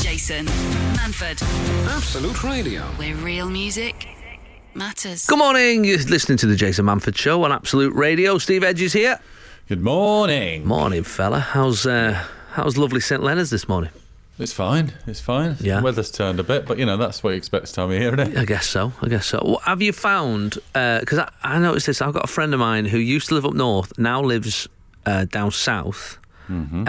Jason Manford. Absolute Radio. Where real music matters. Good morning. You're listening to the Jason Manford Show on Absolute Radio. Steve Edge is here. Good morning. Morning, fella. How's uh, how's lovely St Leonard's this morning? It's fine. It's fine. Yeah. The weather's turned a bit, but you know that's what you expect this time of year, isn't it? I guess so. I guess so. What have you found? Because I, I noticed this. I've got a friend of mine who used to live up north, now lives uh, down south. Um,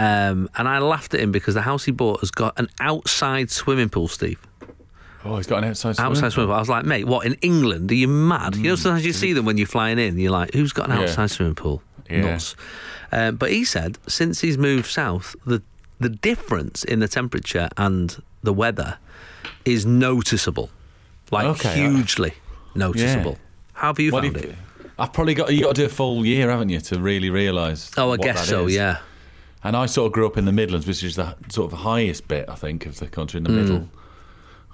and I laughed at him because the house he bought has got an outside swimming pool, Steve. Oh, he's got an outside swim. Outside swimming pool. I was like, mate, what in England? Are you mad? You know, sometimes you see them when you're flying in. You're like, who's got an Hmm, Yeah. outside swimming pool? Yeah. Nuts. Um, but he said since he's moved south, the the difference in the temperature and the weather is noticeable, like Okay. hugely noticeable. How have you What do found you- it? I've probably got you got to do a full year, haven't you, to really realise? Oh, I what guess that so. is. Yeah. And I sort of grew up in the Midlands, which is the h- sort of highest bit, I think, of the country in the middle.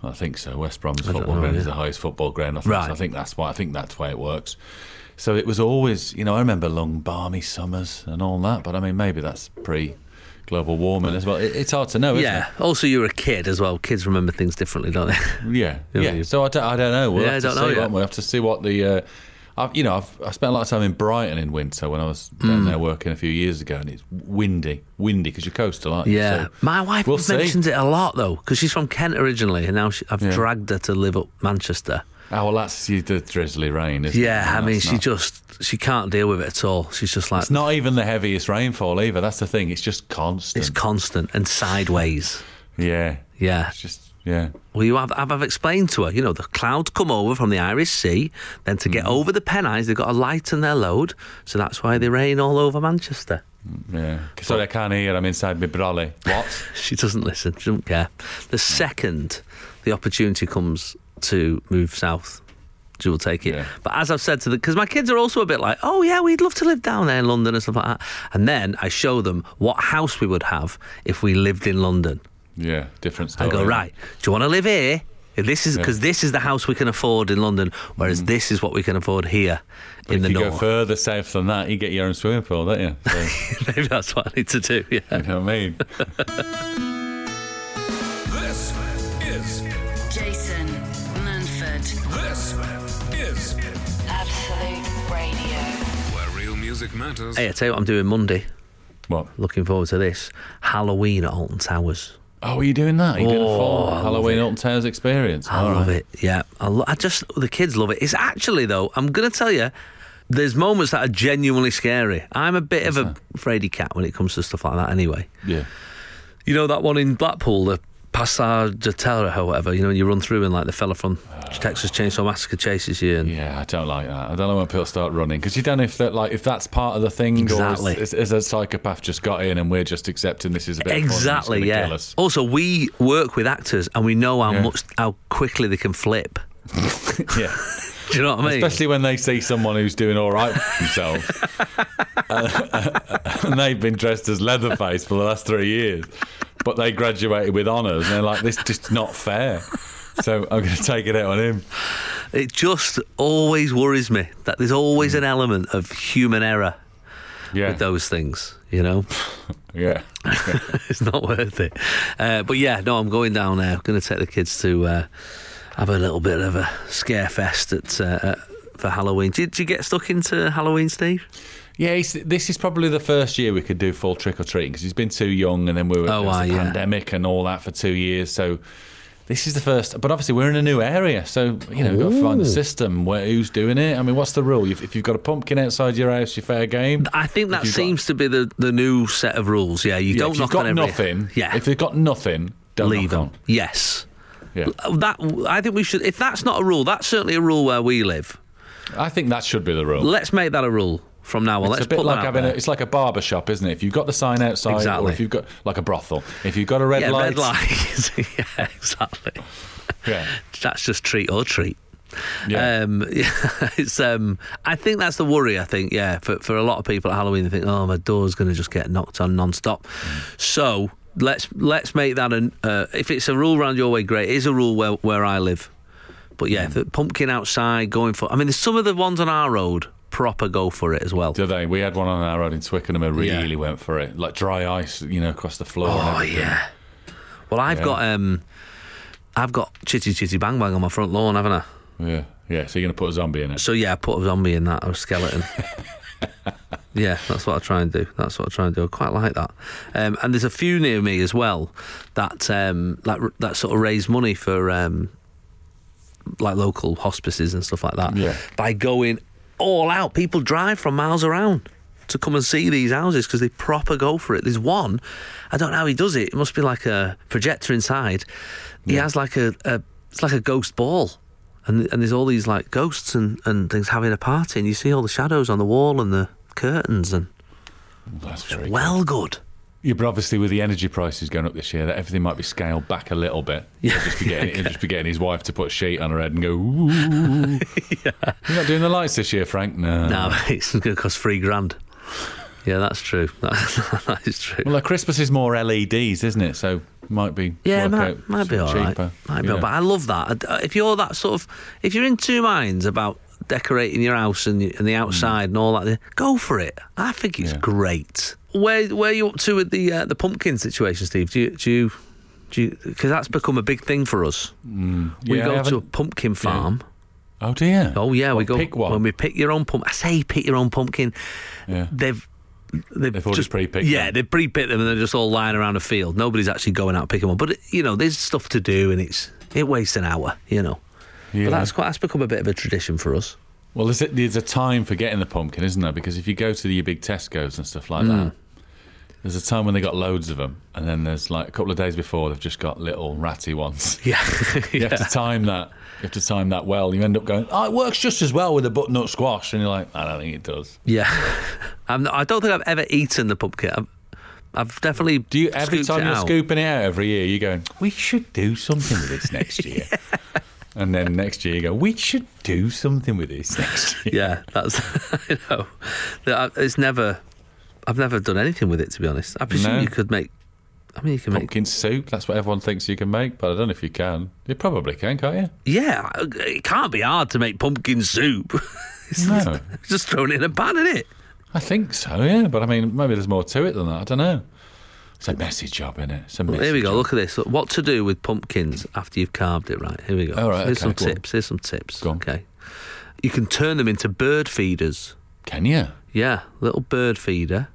I think so. West Brom's football Hmm. know, ground is yeah. the highest football ground. I think, Right. I think that's why. I think that's why it works. So it was always, you know, I remember long balmy summers and all that. But I mean, maybe that's pre global warming as well. It, it's hard to know, isn't Yeah. it? Also, you're a kid as well. Kids remember things differently, don't they? Yeah, Yeah, yeah. you- So I don't, I don't know. We'll Yeah, have I don't to see, know yet. won't we? We'll have to see what the. Uh, I've, you know, I've, I spent a lot of time in Brighton in winter when I was Hmm. down there working a few years ago, and it's windy, windy because you're coastal, aren't you? yeah. So oh, My wife we'll see. mentions it a lot though, because she's from Kent originally, and now she, I've dragged her to live up Manchester. Oh well, that's you- the drizzly rain, isn't it? Yeah, I And mean, that's she not- just she can't deal with it at all. She's just like It's not even the heaviest rainfall either. That's the thing. It's just constant. it's constant and sideways. yeah, Yeah. It's just yeah. Well, you have, I've, I've explained to her, you know, the clouds come over from the Irish Sea, then to Mm. get over the Pennines, they've got to lighten their load, so that's why they rain all over Manchester. Yeah. Sorry, I can't hear. I'm inside my brolly. What? She doesn't listen, she doesn't care. The second the opportunity comes to move south, she will take it. Yeah. But as I've said to the, because my kids are also a bit like, oh yeah, we'd love to live down there in London and stuff like that. And then I show them what house we would have if we lived in London. yeah. Different I story. go right. Do you want to live here? This is because this is the house we can afford in London, whereas this is what we can afford here in Mm. If the you north. go further south than that, you get your own swimming pool, don't you? So, Maybe that's what I need to do. Yeah. you know what I mean? This is Jason Manford. this is Absolute Radio. where real music matters. Hey, I tell you what I'm doing Monday. What? Looking forward to this Halloween at Alton Towers. Oh, are you doing that? Are you doing a Oh, I full love Halloween it. Alton Towers experience? I All love right. it. Yeah, I, lo- I just the kids love it. It's actually though. I'm gonna tell you, there's moments that are genuinely scary. I'm a bit of a fraidy cat when it comes to stuff like that. Anyway, Yeah. You know that one in Blackpool, the Passage de Terre or whatever. You know, when you run through and like the fella from Texas Chainsaw Massacre chases you. And Ah. Yeah, I don't like that. I don't know when people start running because you don't know if that like if that's part of the thing. Exactly. Or is, is, is a psychopath just got in and we're just accepting this is a bit of fun and it's Exactly. gonna Yeah. Oh, Kill us. Also, we work with actors, and we know how Yeah. much how quickly they can flip. Yeah. Do you know what I mean? Especially when they see someone who's doing all right for themselves. and they've been dressed as Leatherface for the last three years. But they graduated with honours and they're like, this is just not fair. So I'm going to take it out on him. it just always worries me that there's always Hmm. an element of human error Yeah. with those things. You know, Yeah. it's not worth it. Uh, but yeah, no, I'm going down there. I'm going to take the kids to uh, have a little bit of a scare fest at. Uh, at for Halloween, did you get stuck into Halloween, Steve? Yeah, he's, this is probably the first year we could do full trick or treating because he's been too young, and then we were Oh, there was aye, the yeah. pandemic and all that for two years. So this is the first, but obviously we're in a new area, so you know we've got to find the system where who's doing it. I mean, what's the rule? If, if you've got a pumpkin outside your house, you're fair game. I think that you've got- seems to be the, the new set of rules. Yeah, you Yeah, don't if knock you've got on every- nothing, Yeah, if you've got nothing, don't leave knock them. Yes, Oh, on. Yeah, that I think we should. If that's not a rule, that's certainly a rule where we live. I think that should be the rule. Let's make that a rule from now on. it's Let's a bit put like that out having a, there. it's like a barber shop, isn't it? If you've got the sign outside, Exactly. or if you've got like a brothel, if you've got a red yeah, light, red light. yeah, exactly. yeah, That's just treat or treat. yeah. Um, it's um, I think that's the worry. I think yeah, for for a lot of people at Halloween, they think, oh, my door's going to just get knocked on non-stop. Mm. So let's let's make that an uh, if it's a rule round your way, great. It is a rule where where I live. But Mm. yeah, the pumpkin outside going for. I mean, there's some of the ones on our road proper go for it as well. Do they? We had one on our road in Twickenham who Yeah. really went for it. Like dry ice, you know, across the floor. and Oh everything. yeah. Well, I've Yeah. got um, I've got Chitty Chitty Bang Bang on my front lawn, haven't I? Yeah, yeah. So you're gonna put a zombie in it. So yeah, I put a zombie in that or a skeleton. yeah, that's what I try and do. That's what I try and do. I quite like that. Um, and there's a few near me as well that um, that that sort of raise money for um, like local hospices and stuff like that. Yeah. By going all out, people drive from miles around to come and see these houses because they proper go for it. There's one, I don't know how he does it. It must be like a projector inside. He has like a, a it's like a ghost ball. And, and there's all these like ghosts and, and things having a party, and you see all the shadows on the wall and the curtains, and That's very good. well, good. Yeah, but obviously with the energy prices going up this year, that everything might be scaled back a little bit. Yeah, He'll just be getting, he'll just be getting his wife to put a sheet on her head and go. Ooh. You're not doing the lights this year, Frank. No. No, it's going to cost three grand. Yeah, that's true. that is true. Well, like Christmas is more LEDs, isn't it? So might be Yeah, work might, out might be all cheaper. right. Might be, Yeah. all- but I love that. I- uh, If you're that sort of, if you're in two minds about decorating your house and, y- and the outside and all that, go for it. I think it's Hmm. Yeah. great. Where where are you up to with the uh, the pumpkin situation, Steve? Do you do you do you because that's become a big thing for us. We Yeah, go I to a haven't- pumpkin farm. Oh dear. Oh yeah, we go pick one. when we pick your own pumpkin. I say pick your own pumpkin. Yeah. They've they've, already just pre-picked Yeah, them. they pre-picked them and they're just all lying around a field. Nobody's actually going out picking one. But you know, there's stuff to do and it's it wastes an hour. You know, Yeah. but that's quite that's become a bit of a tradition for us. Well, there's a, there's a time for getting the pumpkin, isn't there? Because if you go to the, your big Tesco's and stuff Hmm. like that, there's a time when they got loads of them, and then there's like a couple of days before they've just got little ratty ones. Yeah, You have to time that. You have to time that well. You end up going, oh, it works just as well with a butternut squash, and you're like, I don't think it does. yeah. I'm not, I don't think I've ever eaten the pumpkin. I've, I've definitely Do you every scooped time it you're out. scooping it out every year, you're going, we should do something with this next year. And then next year you go, we should do something with this next year. Yeah, that's I know. That- It's never. I've never done anything with it to be honest. I presume No. you could make. I mean, you can make Pumpkin soup, that's what everyone thinks you can make, but I don't know if you can. You probably can, can't you? Yeah, uh, it can't be hard to make pumpkin soup. It's No. Just thrown it in a pan, is it? I think so, yeah. But I mean, maybe there's more to it than that. I don't know. It's a messy job, innit? It's a messy Here we go. job. Look at this. Look, what to do with pumpkins after you've carved it? Right. Here we go. All right, Here's okay, some go on. tips. Here's some tips. Go on. Okay. You can turn them into bird feeders. Can you? Yeah, little bird feeder.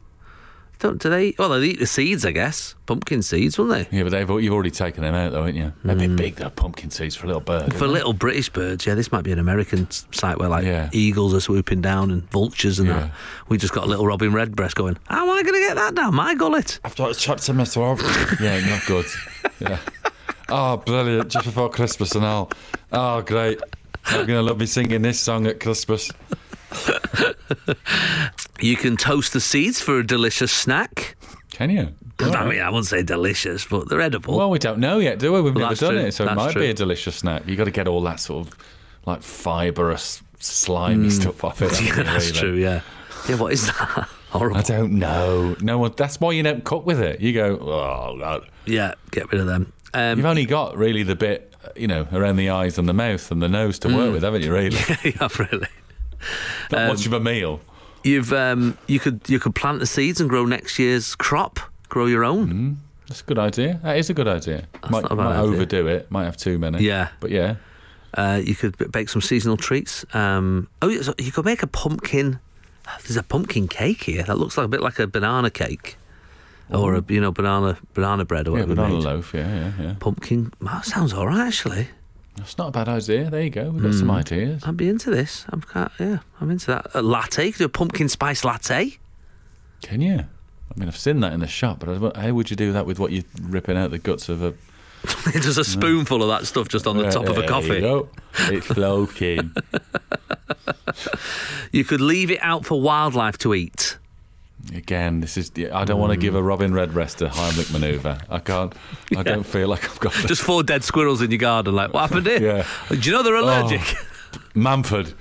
Don't do they? Well, they eat the seeds, I guess. Pumpkin seeds, won't they? Yeah, but they've, al- you've already taken them out, though, haven't you? They're A bit big, though, pumpkin seeds for a little bird. Hmm. For isn't little British birds, yeah, this might be an American s- site where like Yeah. eagles are swooping down and vultures and Yeah. that. We just got little robin redbreast going. How am I going to get that down my gullet? I've got a chapter my throat. yeah, not good. Yeah. Oh, brilliant. Just before Christmas and all. Oh, great. I'm going to love me singing this song at Christmas. You can toast the seeds for a delicious snack. Can you? I mean, I wouldn't say delicious, but they're edible. Well, we don't know yet, do we? We've never that's done true. it, so That's it might true. be a delicious snack. You've got to get all that sort of like fibrous, slimy stuff off it. haven't you, Mm. that's really? true, yeah. Yeah, what is that? I Horrible. don't know. No one. That's why you don't cook with it. You go. Oh, no." Yeah, get rid of them. Um, you've only got really the bit, uh, you know, around the eyes and the mouth and the nose to Mm. work with, haven't you? Really, yeah, really. Um, not much of a meal. You've um, you could you could plant the seeds and grow next year's crop. Grow your own. Mm. That's a good idea. That is a good idea. might not a bad might idea. overdo it. Might have too many. Yeah. but yeah, Uh, you could b- bake some seasonal treats. Um, oh, yeah, so you could make a pumpkin. There's a pumpkin cake here that looks like a bit like a banana cake, or a you know banana banana bread or yeah, whatever. we banana made. loaf. Yeah, yeah, yeah. Pumpkin. That sounds all right actually. That's not a bad idea. There you go. We've got some Mm. ideas. I'd be into this. I'm quite, yeah, I'm into that. A latte, you could do a pumpkin spice latte. Can you? I mean, I've seen that in the shop, but I don't- how would you do that with what you're ripping out the guts of a just a spoonful of that stuff just on the top of a There you coffee. You, go. It's floating. could leave it out for wildlife to eat. Again, this is. I don't want to give a Robin Redbreast a Heimlich manoeuvre. I can't. I don't feel like I've got. Just four dead squirrels in your garden. Like, what happened here? Yeah. Oh. Do you know they're allergic? Manford.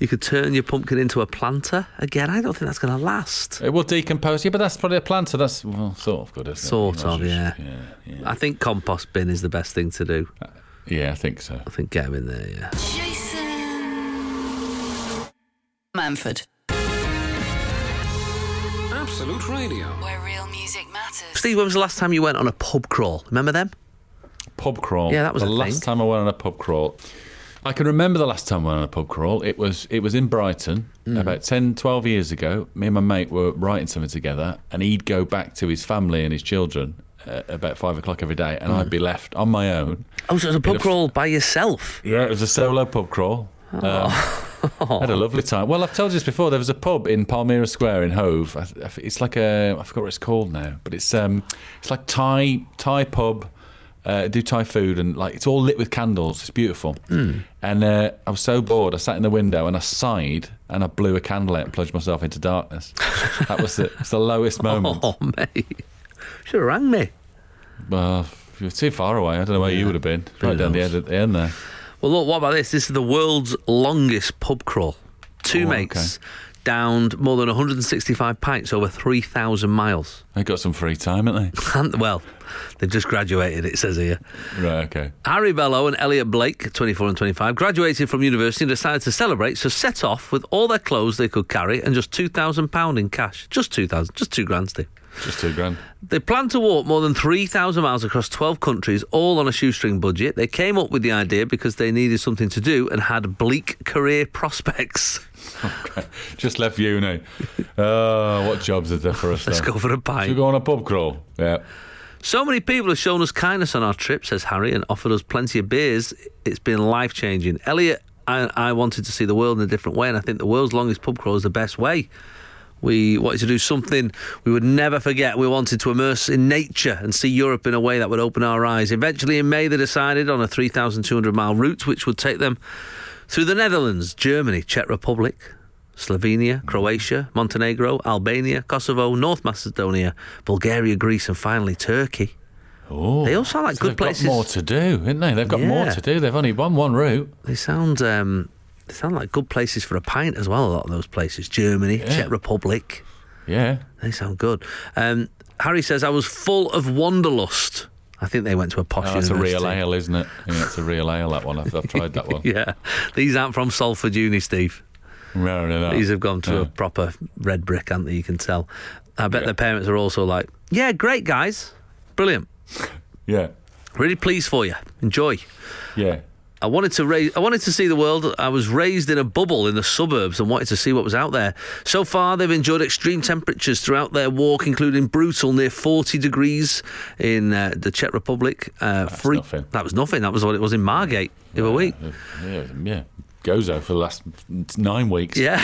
You could turn your pumpkin into a planter. Again, I don't think that's going to last. It will decompose. Yeah, but that's probably a planter. That's well, sort of good, isn't it? Sort You might of, as well yeah. just- yeah. I think compost bin is the best thing to do. Yeah, yeah, I think so. I think get 'em in there, yeah. Jason Manford, Absolute Radio. where real music matters. Steve, when was the last time you went on a pub crawl? Remember them? pub crawl. Yeah, that was the a thing. last time I went on a pub crawl. I can remember the last time I went on a pub crawl. It was it was in Brighton Mm. about 10, 12 years ago. Me and my mate were writing something together, and he'd go back to his family and his children uh, about five o'clock every day, Mm. and I'd be left on my own. Oh, so it was a pub of- crawl by yourself. Yeah, it was a solo pub crawl. Um, had a lovely time. Well, I've told you this before. There was a pub in Palmyra Square in Hove. I, I, it's like a I forgot what it's called now, but it's um it's like Thai Thai pub. Uh, do Thai food and like it's all lit with candles. It's beautiful. And uh, I was so bored. I sat in the window and I sighed and I blew a candle out and plunged myself into darkness. that was the, it's the lowest moment. Oh, mate. Should have rang me. Uh, you were too far away. I don't know where you would have been. Right down the knows? end, at the end there. Well, look, what about this? This is the world's longest pub crawl. Two Oh, mates downed more than 165 pints over 3,000 miles. They got some free time, haven't And, well, they've just graduated, it says here. they? Right. Okay. Harry Bellow and Elliot Blake, 24 and 25, graduated from university and decided to celebrate, so set off with all their clothes they could carry and just £2,000 in cash. Just 2000 just two grand, Steve. Just two grand. They planned to walk more than 3,000 miles across 12 countries, all on a shoestring budget. They came up with the idea because they needed something to do and had bleak career prospects. Just left uni. Oh, what jobs are there for us? Let's then? go for a Should we pint. go on a pub crawl? Yeah. So many people have shown us kindness on our trip, says Harry, and offered us plenty of beers. It's been life changing. Elliot, I, I wanted to see the world in a different way, and I think the world's longest pub crawl is the best way. We wanted to do something we would never forget. We wanted to immerse in nature and see Europe in a way that would open our eyes. Eventually, in May, they decided on a 3,200 mile route, which would take them through the Netherlands, Germany, Czech Republic, Slovenia, Croatia, Montenegro, Albania, Kosovo, North Macedonia, Bulgaria, Greece, and finally Turkey. Oh, They all sound like so good they've places. Got more to do, haven't they? They've got more Yeah. to do. They've only won one route. They sound um, they sound like good places for a pint as well. A lot of those places, Germany, Czech Republic, Yeah. they sound good. Um, Harry says I was full of wanderlust. I think they went to a posh. Oh, that's a university. real ale, isn't it? Yeah, it's a real ale. That one. I've, I've tried that one. Yeah, these aren't from Salford Uni, Steve. No, no, no. These have gone to Oh. Yeah. a proper red brick, aren't they? You can tell. I bet Yeah. their parents are also like, "Yeah, great guys, brilliant, Yeah. really pleased for you, enjoy." Yeah. I wanted to raise, I wanted to see the world. I was raised in a bubble in the suburbs and wanted to see what was out there. So far, they've enjoyed extreme temperatures throughout their walk, including brutal near 40 degrees in uh, the Czech Republic. Uh, That's nothing. That was nothing. That was what it was in Margate the other week. Yeah. Yeah. Gozo for the last nine weeks. Yeah.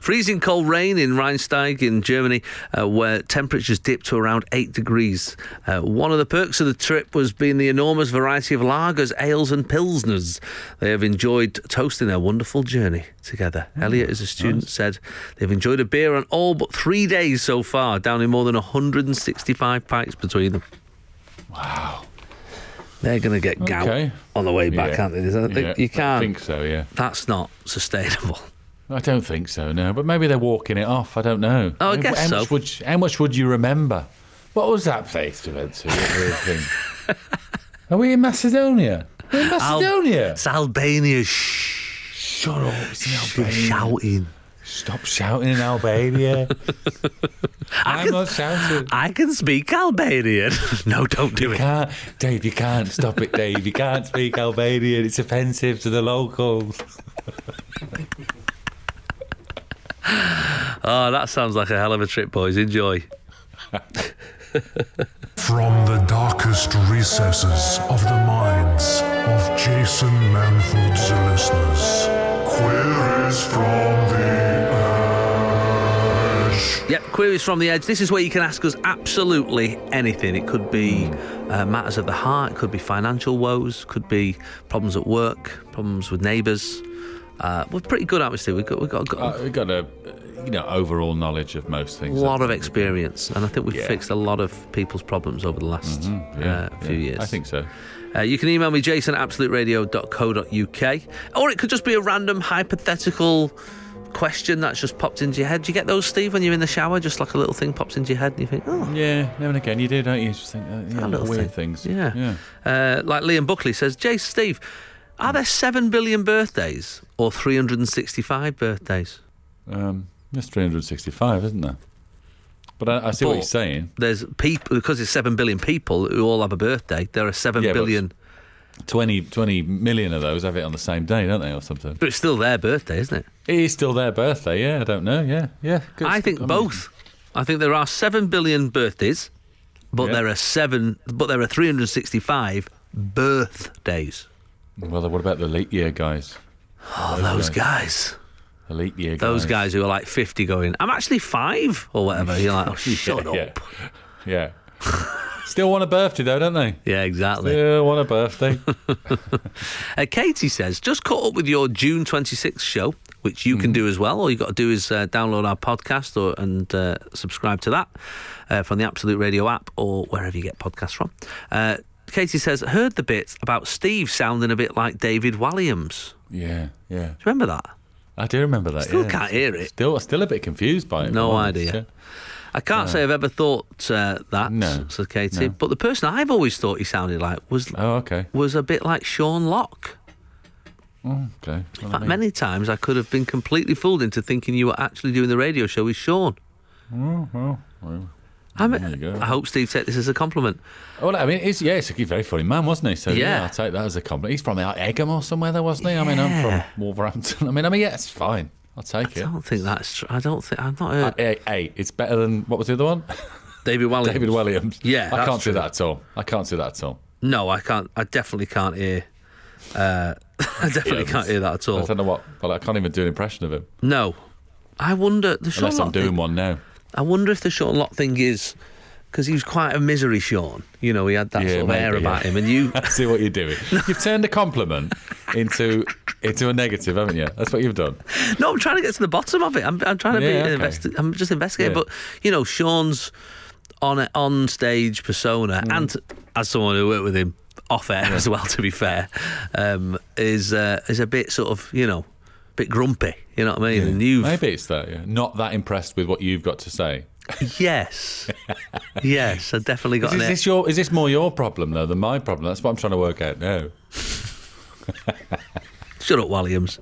Freezing cold rain in Rheinsteig in Germany, uh, where temperatures dipped to around 8 degrees. Uh, one of the perks of the trip was being the enormous variety of lagers, ales, and pilsners. They have enjoyed toasting their wonderful journey together. Hmm, Elliot, as a student, said they've enjoyed a beer on all but three days so far, down in more than 165 pints between them. Wow. They're going to get gout Okay. on the way back, Yeah. aren't they? There's- Yeah, You I can't. think so. Yeah. That's not sustainable. I don't think so, no. But maybe they're walking it off. I don't know. Oh, I mean, guess how so. Much would you, how much would you remember? What was that place we went to? That weird thing? Are we in Macedonia? We're in Al- Macedonia. It's Albania. Shh. Shut up. It's in You're Albania. shouting. Stop shouting in Albania. I'm can- not shouting. I can speak Albanian. no, don't do it. Can't, Dave, you can't stop it, Dave. You can't speak Albanian. It's offensive to the locals. Oh, that sounds like a hell of a trip, boys. Enjoy. From the darkest recesses of the minds of Jason Manford's listeners, queries from the ash. Yep, queries from the edge. This is where you can ask us absolutely anything. It could be uh, matters of the heart, it could be financial woes, could be problems at work, problems with neighbours. Uh, we're pretty good, obviously. We've got, we've got, got Uh, we've got a, you know, overall knowledge of most a things. lot of experience, and I think we've Yeah. Mm-hmm. fixed a lot of people's problems over the last Yeah, uh, few yeah. years. I think so. Uh, you can email me jason at absoluteradio.co.uk or it could just be a random hypothetical question that's just popped into your head. Do you get those, Steve, when you're in the shower? Just like a little thing pops into your head and you think, oh. Yeah, now and again you do, don't you? Just think, uh, yeah, A little weird thing. things. Yeah. yeah. Uh, like Liam Buckley says, Jason, Steve, are there 7 billion birthdays or 365 birthdays? Um, that's 365, isn't there? But I, I see what But you're saying. There's people because it's seven billion people who all have a birthday. There are seven Yeah, billion, but- 20, 20 million of those have it on the same day, don't they, or something? but it's still their birthday, isn't it? It is still their birthday, yeah. I don't know, yeah, yeah. Good- I think mean, both. I think there are seven billion birthdays, but Yeah. there are seven. But there are three hundred sixty-five birthdays. Well, what about the leap year guys? Oh, those guys. The leap year guys. Those guys who are like 50 going, I'm actually five or whatever. You're like, oh, shut yeah, up. Yeah. yeah. Still want a birthday, though, don't they? Yeah, exactly. Yeah, want a birthday. Uh, Katie says, just caught up with your June 26th show, which you Hmm. can do as well. All you've got to do is uh, download our podcast or, and uh, subscribe to that uh, from the Absolute Radio app or wherever you get podcasts from. Uh, Katie says, heard the bit about Steve sounding a bit like David Walliams. yeah, yeah. Do you remember that? I do remember that. Still yeah. can't hear it. Still, still a bit confused by it. No if I'm honest, idea. yeah. I can't say I've ever thought uh, that, No, said Katie. no. But the person I've always thought he sounded like was Oh, okay. was a bit like Sean Locke. Okay. Well, In I fact, mean, many times I could have been completely fooled into thinking you were actually doing the radio show with Sean. I, mean, Mm, there you go. I hope Steve took this as a compliment. Oh, Well, I mean, it's, yeah, it's a very funny man, wasn't he? So yeah, Yeah. I'll take that as a compliment. He's from out Egham or somewhere, though, wasn't he? I mean, I'm Yeah. from Wolverhampton. I mean, I mean, yeah, it's fine. I'll take I it. don't think that's true. I don't think I've not Uh, heard Hey, hey, it's better than what was the other one? David Walliams. David Williams. Yeah, I that's can't true. do that at all. I can't do that at all. No, I can't. I definitely can't hear. Uh, I definitely can't hear that at I all. don't know what. Well, I can't even do an impression of him No, I wonder the Sean unless I'm Lock doing thing, one now. I wonder if the Sean Lock thing is because he was quite a misery Sean. You know, he had that Yeah, sort of air maybe, about yeah. him, and you. I see what you're doing. You've turned a compliment into into a negative, haven't you? That's what you've done. No, I'm trying to get to the bottom of it. I'm, I'm trying to Yeah, be an okay. investi- I'm just investigating. Yeah. But you know, Sean's on a, on stage persona, Mm. and as someone who worked with him off air as well, to be fair, um, is uh, is a bit sort of you know, a bit grumpy. You know what I mean? And you've Maybe it's that. Yeah. Not that impressed with what you've got to say. yes, yes, I definitely got Is, an. this your? Is this more your problem though than my problem? That's what I'm trying to work out now. Shut up, Williams.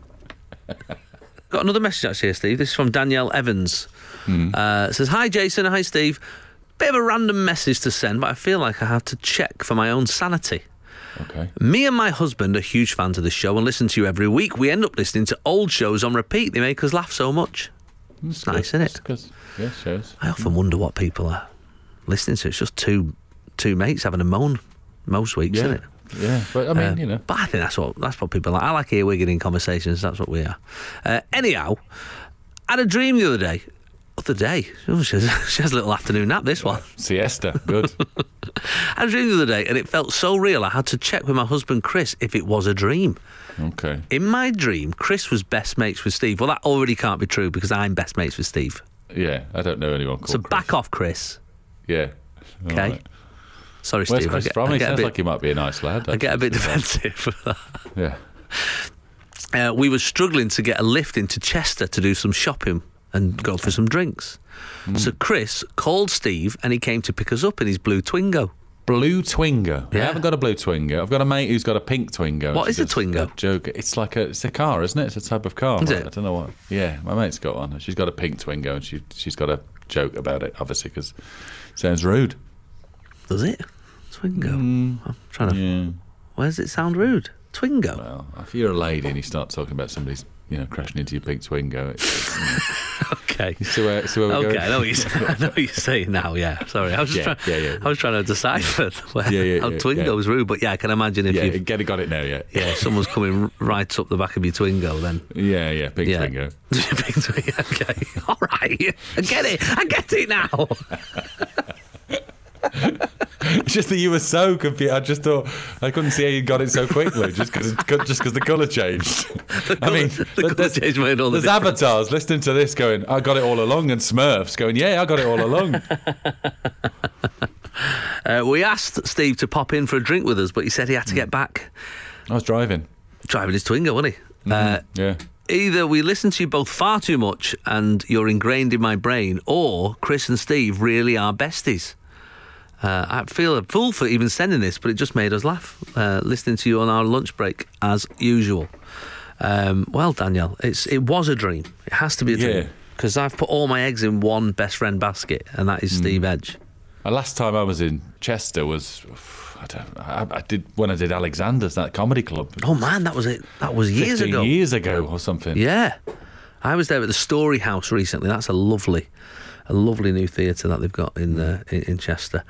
Got another message actually here, Steve. This is from Danielle Evans. Hmm. Uh, it says, Hi, Jason. Hi, Steve. Bit of a random message to send, but I feel like I have to check for my own sanity. Okay. Me and my husband are huge fans of the show and listen to you every week. We end up listening to old shows on repeat. They make us laugh so much. It's nice, isn't it? Because yeah, shows. I often wonder what people are listening to. It's just two two mates having a moan most weeks, Yeah. isn't it? Yeah. But I mean, Uh, you know. But I think that's what that's what people like. I like earwigging in conversations. That's what we are. Uh, anyhow, I had a dream the other day. Other day, Oh, she, has, she has a little afternoon nap. This one, Siesta. Good. I had a dream the other day, and it felt so real. I had to check with my husband Chris if it was a dream. okay. In my dream, Chris was best mates with Steve. Well, that already can't be true because I'm best mates with Steve. Yeah. I don't know anyone called. So Chris. back off, Chris. Yeah. All Okay. right. Sorry, Where's Steve. Chris I get, from? I He get a sounds bit, like he might be a nice lad. I get a bit defensive. for that. Yeah. uh, we were struggling to get a lift into Chester to do some shopping and go for some drinks. Mm. So Chris called Steve and he came to pick us up in his blue Twingo. Blue Twingo. Yeah. I haven't got a blue Twingo. I've got a mate who's got a pink Twingo. What It's is a just Twingo? joke. It's like a it's a car, isn't it? It's a type of car. Is right? it? I don't know what. Yeah, my mate's got one. She's got a pink Twingo, and she she's got a joke about it, obviously, because sounds rude. Does it? Twingo. I'm trying to. Mm. Yeah. Where does it sound rude? Twingo. Well, if you're a lady and you start talking about somebody's you know crashing into your pink Twingo, it's, okay. so where so where we're Okay, I going. know, what you're, saying- I know what you're saying now. Yeah, sorry, I was just Yeah, trying. yeah, yeah. I was trying to decipher where, Yeah, yeah, how yeah, Twingo yeah. was rude, but yeah, I can imagine if Yeah, you get it, got it now. Yeah, yeah, if someone's coming r- right up the back of your Twingo, then yeah, yeah. Pink yeah, Twingo. Big Twingo, okay, all right, I get it, I get it now. It's just that you were so confused. I just thought I couldn't see how you got it so quickly, just because just because the colour changed. I mean, colour- the colour there's- change made all the There's avatars listening to this going, "I got it all along," and Smurfs going, "Yeah, I got it all along." Uh, we asked Steve to pop in for a drink with us, but he said he Hmm. had to get back I was driving. driving his Twingo, wasn't he? Hmm. Uh, Yeah. Either we listen to you both far too much and you're ingrained in my brain, or Chris and Steve really are besties. Uh, I feel a fool for even sending this, but it just made us laugh uh, listening to you on our lunch break as usual. Um, well, Danielle, it's it was a dream. It has to be a dream. Yeah. because I've put all my eggs in one best friend basket, and that Hmm. is Steve Edge. Uh, Last time I was in Chester was I don't I, I did when I did Alexander's that comedy club Oh man, that was it. That was years 15 ago. years ago or something. Yeah, I was there at the Story House recently. That's a lovely, a lovely new theatre that they've got in uh, in, in Chester.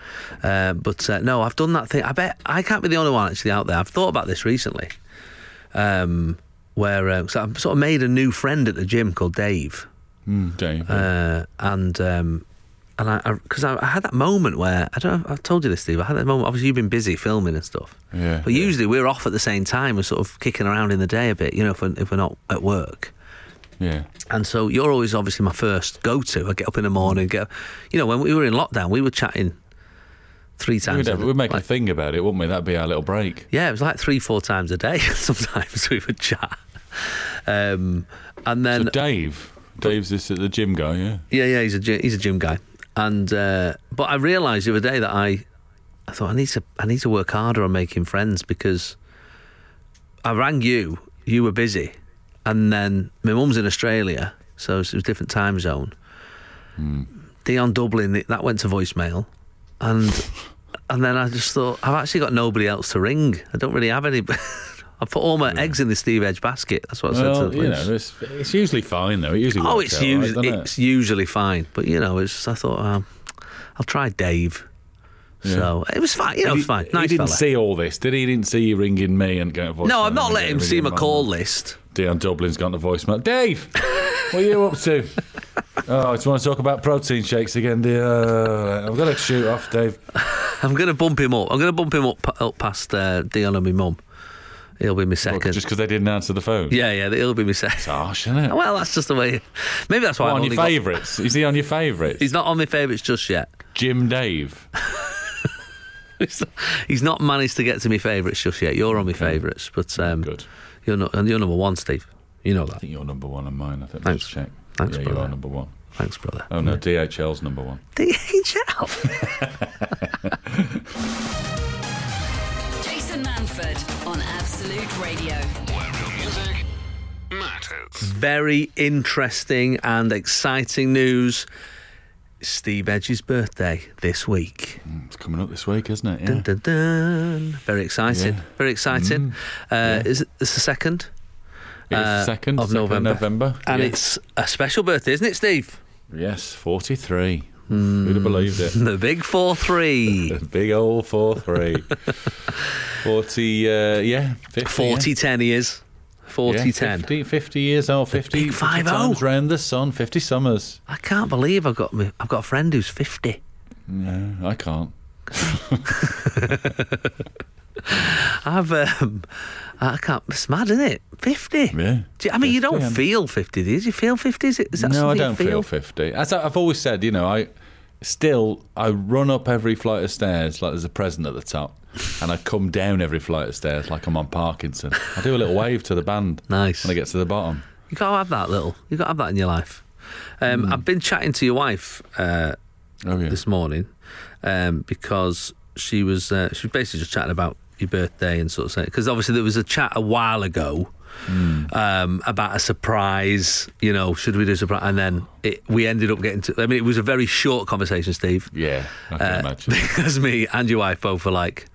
Uh, but uh, no, I've done that thing. I bet I can't be the only one actually out there. I've thought about this recently, um, where uh, so I've sort of made a new friend at the gym called Dave, Mm, Dave. uh, and. Um, and I, because I, I, had that moment where I don't know, if I've told you this, Steve. I had that moment. Obviously, you've been busy filming and stuff. Yeah, But yeah. usually, we're off at the same time. We're sort of kicking around in the day a bit, you know, if we're, if we're not at work. yeah. And so you're always obviously my first go to. I get up in the morning, get you know, when we were in lockdown, we were chatting three times We'd, a have- we'd make like- a thing about it, wouldn't we? That'd be our little break. yeah, it was like three, four times a day sometimes we would chat. Um, and So then Dave, Dave's this at the gym guy, yeah. Yeah, yeah, he's a gy- he's a gym guy. And uh, but I realised the other day that I, I thought I need to I need to work harder on making friends because I rang you, you were busy, and then my mum's in Australia, so it was a different time zone. Hmm. Dion Dublin th- that went to voicemail, and and then I just thought I've actually got nobody else to ring. I don't really have any. I put all my eggs in the Steve Edge basket. That's what I said to Well, the you police. know, it's, it's usually fine though. It usually Oh, it's works out right, usually doesn't it? it's usually fine, but you know, it's. I thought um, I'll try Dave. So it was fine. You know, it was fine. He- Nice he didn't fella. see all this, did he? He didn't see you ringing me and going. no, to voicemail I'm not and letting him ringing see my mum. call list. Dion Dublin's gone to voicemail. Dave, what are you up to? oh, I just want to talk about protein shakes again, dear. Uh, I've got to shoot off, Dave. I'm going to bump him up. I'm going to bump him up, up past uh, Dion and my mum. He'll be my second. Just because they didn't answer the phone. yeah, yeah, he'll be my second. Harsh, isn't it? Well, that's just the way. Maybe that's why What, I'm on only your got- favourites? Is he on your favourites? He's not on my favourites just yet. Jim Dave. He's not managed to get to my favourites just yet. You're on my favourites, but um, Good. You're not. and You're number one, Steve. You know that. I think you're number one on mine. I think. Thanks. Just check. Thanks, yeah, you brother. are number one. Thanks, brother. Oh no, DHL's number one. DHL. Jason Manford on Absolute Radio. Where real music matters. Very interesting and exciting news. Steve Edge's birthday this week. It's coming up this week, isn't it? Yeah. Dun, dun, dun. Very exciting. Yeah. Mm. Very exciting. Uh, Is it it's the second? It's uh, second of second November. November. And Yeah. it's a special birthday, isn't it, Steve? yes, forty-three. Hmm. Who'd have believed it? The big 4 3. Big old four three. Forty, uh, yeah, 50, 40 10 he is. 40 yeah. 10. 50, 50 years old. Fifty, big 50 5-0. times round the sun. Fifty summers. I can't believe I've got, me- I've got a friend who's 50. No, I can't. I've um, I can't. It's mad, isn't it? Fifty. Yeah. Do you- I mean, you 50, don't yeah. feel fifty. Do you? Do you feel fifty? Is, it, is that no, I something you don't feel 50. As I- I've always said, you know, I still I run up every flight of stairs like there's a present at the top, and I come down every flight of stairs like I'm on Parkinson. I do a little wave to the band. Nice. When I get to the bottom. You gotta have that little. You gotta have that in your life. Um, I've been chatting to your wife uh, Oh Hmm. yeah. this morning um, because she was uh, she was basically just chatting about your birthday and sort of saying because obviously there was a chat a while ago Hmm. um, about a surprise. You know, should we do a surprise? And then it, we ended up getting to. I mean, it was a very short conversation, Steve. yeah. I can Uh, imagine. Because me and your wife both were like,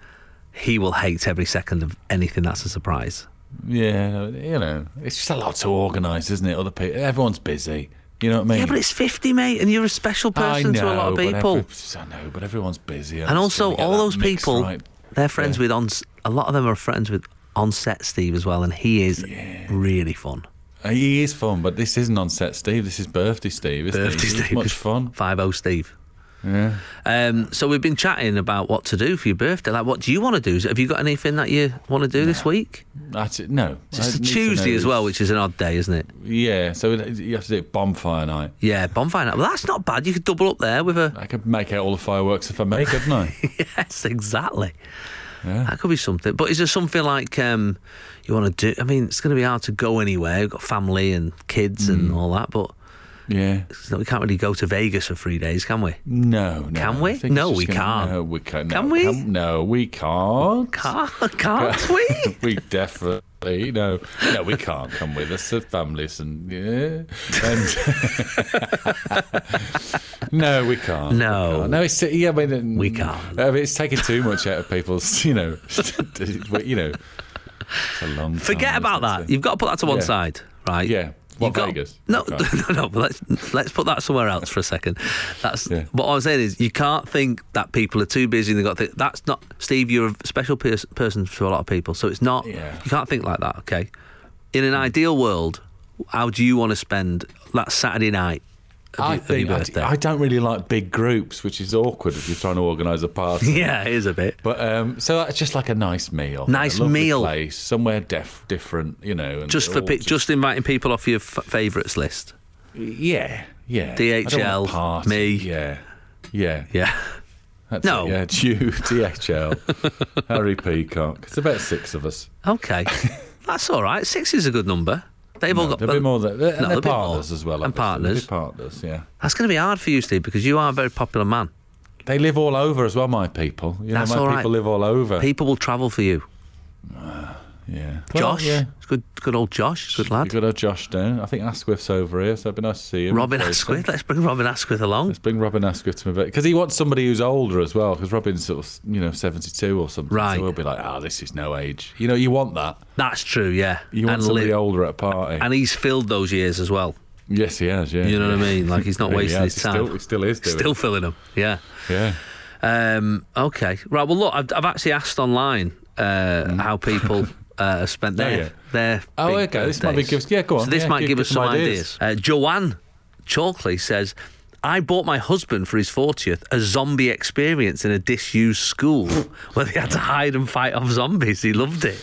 he will hate every second of anything that's a surprise. Yeah, you know, it's just a lot to organise, isn't it? Other people, everyone's busy. You know what I mean? Yeah, but it's 50, mate, and you're a special I person to a lot know, of but people. every- I know, but everyone's busy. and also, all those people, Right. they're friends with on. s- A lot of them are friends with on set Steve as well, and he is really fun. Uh, He is fun, but this isn't on set, Steve. This is birthday, Steve. Isn't Birthday it? It's Steve. Much fun. Five O Steve. Yeah. Um, so we've been chatting about what to do for your birthday. Like, what do you want to do? Is- Have you got anything that you want to do this week? That's it. No. I It's a need to Tuesday know as well, which is an odd day, isn't it? Yeah. So it- you have to do it bonfire night. Yeah, bonfire night. Well, that's not bad. You could double up there with a I could make out all the fireworks if I make, couldn't I? yes, exactly. That could be something. But is there something like um, you want to do? I mean, it's going to be hard to go anywhere. You've got family and kids and all that. But Yeah. So we can't really go to Vegas for three days, can we? No, no. Can we? I think it's No, just we can't. No, we can't. Can no, we? no, we can't. Can't, can't we? we definitely no, no, we can't come with us. The families and yeah, and no, we can't. No. we can't. no, it's yeah, we, didn't- We can't. I mean, um, it's taking too much out of people's, you know, you know, it's a long. Forget time, uh, about isn't that. Oh, it? You've got to put that to one Yeah. side, right? Yeah. What, You've got- Vegas? No, Okay. no, no. But let's let's put that somewhere else for a second. That's Yeah. what I'm saying is you can't think that people are too busy. and They have got to think, that's not Steve. You're a special pers- person to a lot of people, so it's not. Yeah. You can't think like that. Okay. In an ideal world, how do you want to spend that Saturday night? Of I your, of think your I, birthday? I don't really like big groups, which is awkward if you're trying to organise a party. yeah, it is a bit. But um, so that's just like a nice meal, Nice a lovely meal. place somewhere def- different, you know. And Just for all pe- just inviting people off your f- favourites list. yeah, yeah. I don't DHL, want a party. me. yeah, yeah. Yeah. That's No. it, yeah. it's you, DHL, Harry Peacock. It's about six of us. Okay. That's all right. Six is a good number. They've all got. There'll be more than No, and they're there'll be more. partners as well, And obviously. partners. They'll be partners, yeah. That's going to be hard for you, Steve, because you are a very popular man. They live all over as well, my people. You That's know, my all right. people live all over. People will travel for you. yeah, Josh, Well, yeah. it's good, good old Josh, good You lad. got our Josh down. I think Asquith's over here, so it'd be nice to see him. Robin Very soon. Asquith, let's bring Robin Asquith along. Let's bring Robin Asquith to my bit because he wants somebody who's older as well. Because Robin's sort of you know seventy two or something. Right. So we'll be like, oh, this is no age. You know, you want that. That's true, yeah. You want and, somebody li- older at a party. and he's filled those years as well. yes, he has. Yeah. You know what I Yeah. mean? Like he's not Really wasting has. his He time. Still, he still is doing. Still filling them, yeah. it. Yeah. Um, okay, right. Well, look, I've, I've actually asked online uh, how people uh, have spent their yeah. their. Mm. Oh, big okay, this might be birthdays. gives- yeah, go on, So this yeah, might give- give, give us some some ideas. Uh, Joanne Chalkley says, "I bought my husband for his fortieth a zombie experience in a disused school where they had to hide and fight off zombies. He loved it.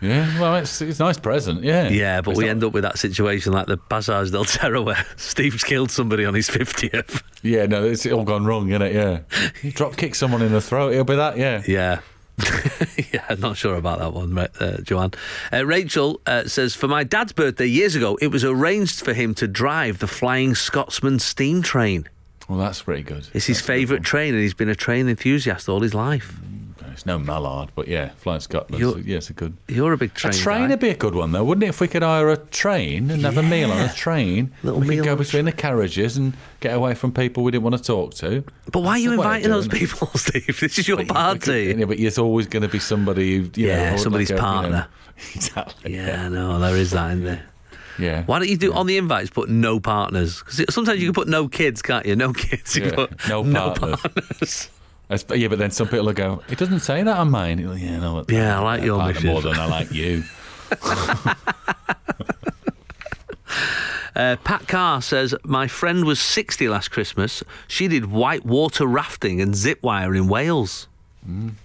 Yeah. Well, it's, it's a nice present. Yeah. Yeah, but It's we not- end up with that situation like the Passage del Terror where Steve's killed somebody on his fiftieth. Yeah. No, it's all gone wrong, isn't it? Yeah. Drop kick someone in the throat. It'll be that. Yeah. Yeah. yeah, I'm not sure about that one, Ra- uh, Joanne. Uh, Rachel uh, says For my dad's birthday years ago, it was arranged for him to drive the Flying Scotsman steam train. Well, that's pretty good. It's his favourite train, and he's been a train enthusiast all his life. It's no Mallard, but yeah, Flying Scotland. You're- yeah, it's a good. You're a big A train. train guy. would be a good one though, wouldn't it? If we could hire a train and have a meal on a train, Little we meal could go on a between the carriages and get away from people we didn't want to talk to. But why are you That's a way of inviting those doing it. people, Steve? This is your We could- party. yeah, but it's always going to be somebody. who, You Yeah, know, like somebody's a, you know- partner. exactly. Yeah, no, there is that in there. Yeah. Why don't you do on the invites put no partners? Because sometimes you can put no kids, can't you? No kids. You Yeah, can put no partners. partners. That's- but- yeah, but then some people will go. It doesn't say that on mine. You're like, Yeah, no. what- Yeah, I like your partner more missus. than I like you. Uh, Pat Carr says, My friend was 60 last Christmas. She did white water rafting and zip wire in Wales.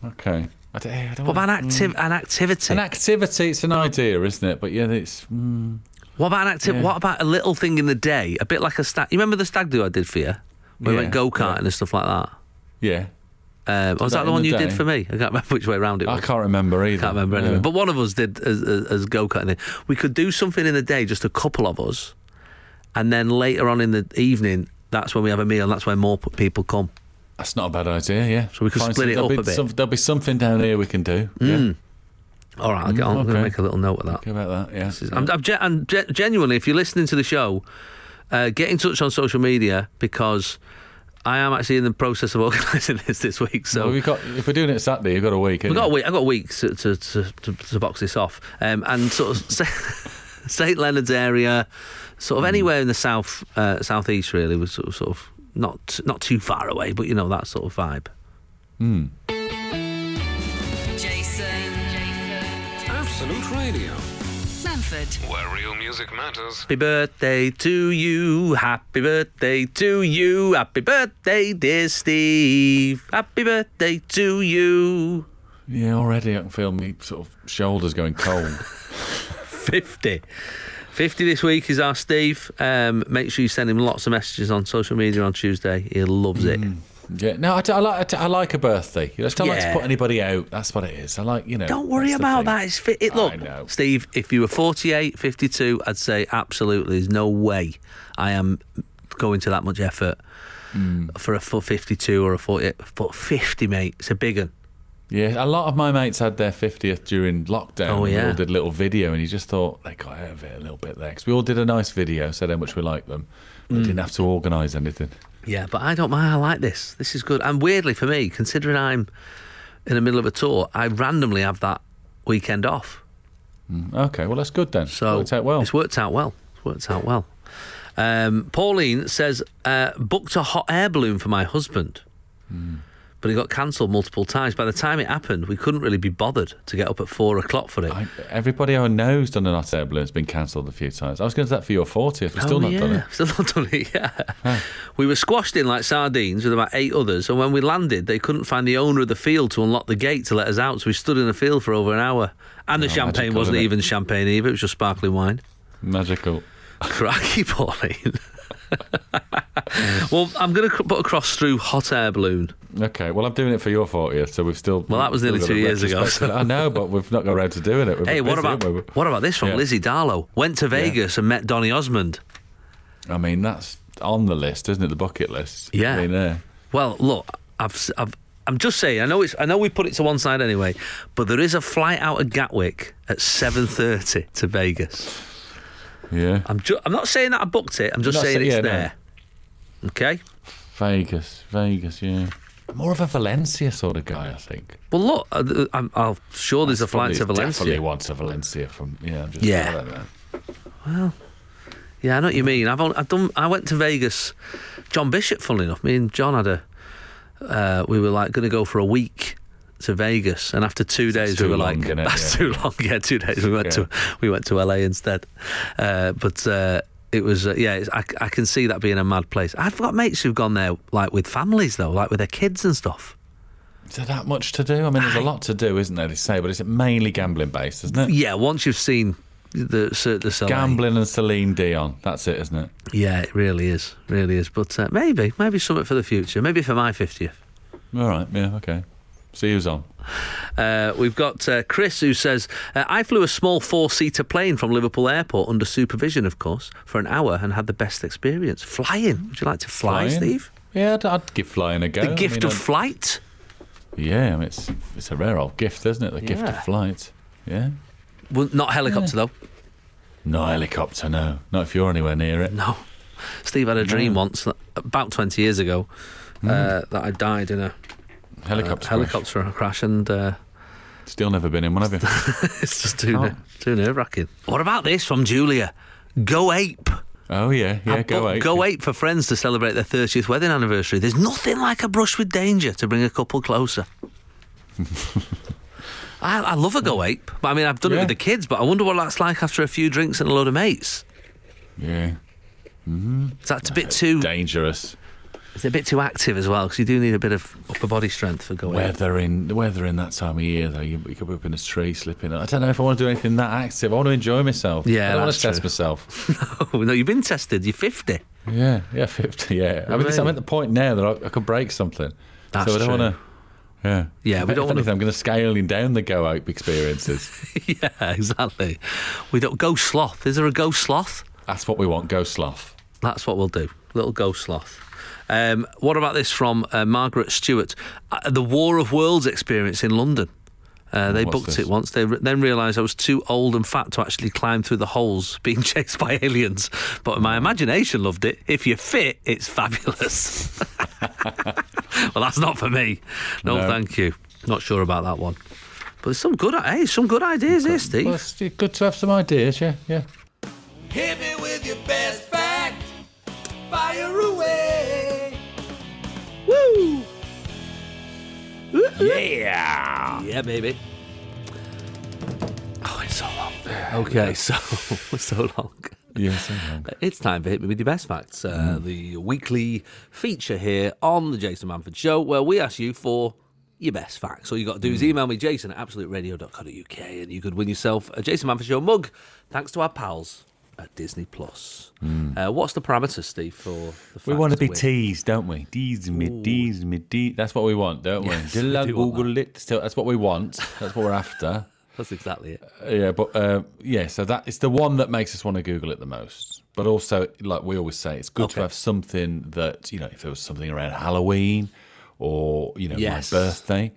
Okay. I don't, I don't What want- about an, activ- an activity? Mm-hmm. an activity? It's an idea, isn't it? But yeah, it's what about an acti- What about a little thing in the day? A bit like a stag. You remember the stag do I did for you? We Yeah, went go karting and stuff like that. yeah. Um, was that, that the in one the you day? did for me? I can't remember which way round it I was. can't remember either. Can't remember anyway. Yeah. But one of us did as, as, as go karting. We could do something in the day, just a couple of us, and then later on in the evening, that's when we have a meal. and That's when more p- people come. That's not a bad idea, yeah. So we could split it there'll up be a bit. Hmm. Some, there'll be something down here we can do. Yeah. All right, I'll get on. I'm going to okay. make a little note of that. Go about that, yeah. I'm, I'm, ge- I'm ge- genuinely, if you're listening to the show, uh, get in touch on social media because I am actually in the process of organising this this week. So Well, we've got, if we're doing it Saturday, you've got a week. we've got a week. I've got a week to to, to, to, to box this off, um, and sort of Sa- St Leonard's area, sort Hmm. of anywhere in the south uh, southeast really was sort of, sort of not not too far away, but you know that sort of vibe. Jason. Absolute Radio, Manford. where real music matters. Happy birthday to you. Happy birthday to you. Happy birthday, dear Steve. Happy birthday to you. Yeah, already I can feel me sort of shoulders going cold. 50. 50 this week is our Steve. Um, make sure you send him lots of messages on social media on Tuesday. He loves it. Mm. yeah, no, I, d- I like, I, d- I like a birthday. You know, I don't like to Yeah. put anybody out. That's what it is. I like, you know. Don't worry that's the about thing. that. It's fit. It, I look, know. Steve, if you were 48, 52, I'd say absolutely. There's no way I am go into that much effort Mm. for a full 52 or a 40. But 50, mate, it's a big one. Yeah, a lot of my mates had their 50th during lockdown. Oh, We yeah. all did a little video, and you just thought they got out of it a little bit there. Because we all did a nice video, said how much we liked them. We Mm. didn't have to organise anything. Yeah, but I don't mind. I like this. This is good. And weirdly for me, considering I'm in the middle of a tour, I randomly have that weekend off. Okay, well, that's good then. So Worked out well. It's worked out well. It's worked out well. Um, Pauline says uh, booked a hot air balloon for my husband, Hmm. but it got cancelled multiple times. By the time it happened, we couldn't really be bothered to get up at four o'clock for it. I, everybody I know's done an hot air balloon. It's been cancelled a few times. I was going to do that for your 40th. We've still Oh, not yeah. done it. Still not done it. Yeah. We were squashed in like sardines with about eight others, and when we landed, they couldn't find the owner of the field to unlock the gate to let us out. So we stood in the field for over an hour, and the champagne magical, wasn't isn't Oh, it? even champagne either; it was just sparkling wine. Magical. Cracky Pauline. well, I'm going to put a cross through hot air balloon. Okay, well, I'm doing it for your 40th, so we've still. Well, that was we've nearly still two got a years ago, retrospective. so- I know, but we've not got around to doing it. We've Hey, been what busy, about haven't we? what about this from Yeah. Lizzie Darlow? Went to Vegas and met Donny Osmond. I mean, that's on the list, isn't it? The bucket list. Yeah. I mean, uh, Well, look, I've, s- I've, I'm just saying. I know it's. I know we put it to one side anyway, but there is a flight out of Gatwick at 7:30 to Vegas. yeah. I'm. Ju- I'm not saying that I booked it. I'm just Not saying say- it's yeah, no. there. Okay. Vegas, Vegas, yeah. More of a Valencia sort of guy, I think. Well, look, I- th- I'm, I'm sure there's a flight to Probably- Definitely Valencia. wants a Valencia from. Yeah, I'm just Yeah. I don't know. Yeah, I know what you mean. I've only, I've done. I went to Vegas. John Bishop, funnily enough, me and John had a. Uh, we were like going to go for a week to Vegas, and after two days, we too were long, like, isn't it? "That's Yeah. too long." Yeah, two days. We went to we went to LA instead, uh, but uh, it was uh, yeah. It's, I, I can see that being a mad place. I've got mates who've gone there like with families though, like with their kids and stuff. Is there that much to do? I mean, there's a lot to do, isn't there? They say, but it's mainly gambling based, isn't it? Yeah, once you've seen the Cirque du Soleil, Gambling and Celine Dion. That's it, isn't it? Yeah, it really is, really is. But uh, maybe, maybe something for the future. Maybe for my fiftieth. All right. Yeah. Okay. See who's on. Uh, we've got uh, Chris who says, uh, I flew a small four seater plane from Liverpool Airport under supervision, of course, for an hour and had the best experience. Flying. Would you like to fly, Flying? Steve? Yeah, I'd, I'd give flying a go. The I gift mean, uh, of I'd- flight? yeah, I mean, it's it's a rare old gift, isn't it? The gift Yeah. of flight. Yeah. Well, not helicopter, though. No helicopter, no. Not if you're anywhere near it. No. Steve had a dream once, that, about 20 years ago, uh, that I died in a Helicopter. Mm. crash. helicopter crash and. Uh, Still never been in one, have you? it's just too, Oh. ner- too nerve wracking. What about this from Julia? Go ape. oh yeah, yeah. I go booked eight. Go ape for friends to celebrate their 30th wedding anniversary. There's nothing like a brush with danger to bring a couple closer. I, I love a go ape. But I mean, I've done it Yeah. with the kids, but I wonder what that's like after a few drinks and a load of mates. Yeah. Is that a bit too? Dangerous. It's a bit too active as well because you do need a bit of upper body strength for go ape. Weather in the weather in that time of year though, you, you could be up in a tree slipping. I don't know if I want to do anything that active. I want to enjoy myself. Yeah, I don't want that's to test true. myself. Oh, no, you've been tested. You're 50. yeah, yeah, fifty. Yeah, I mean, this, I'm at the point now that I, I could break something. That's so I don't true. want to. Yeah, Yeah, If we don't if wanna- anything, I'm going to scaling down the go out experiences. yeah, exactly. We don't go sloth. Is there a go sloth? That's what we want. Go sloth. That's what we'll do. Little go sloth. Um, what about this from uh, Margaret Stewart? Uh, the War of Worlds experience in London. Uh, they What's booked this? it once. They re- then realised I was too old and fat to actually climb through the holes being chased by aliens. But Mm. my imagination loved it. If you're fit, it's fabulous. well, that's not for me. No, No. thank you. Not sure about that one. But there's some good, hey, some good ideas here, Steve. Well, it's good to have some ideas. Yeah, yeah. Hit me with your best fact. Fire away. Yeah, baby. Oh, it's so long. Okay, so so long. Yeah, so long. It's time for Hit Me With Your Best Facts, uh, the weekly feature here on the Jason Manford Show, where we ask you for your best facts. All you got to do is email me, jason at absoluteradio.co.uk, and you could win yourself a Jason Manford Show mug, thanks to our pals at Disney+. Plus. Uh, what's the parameters, Steve, for the We want to facts be win? teased, don't we? Tease me, tease me, tease. That's what we want, don't Yes, we? we Did I do want Google it? So that's what we want. That's what we're after. That's exactly it. Uh, yeah, but uh, yeah, so that it's the one that makes us want to Google it the most. But also, like we always say, it's good to Okay. have something that you know, if there was something around Halloween or you know Yes. my birthday,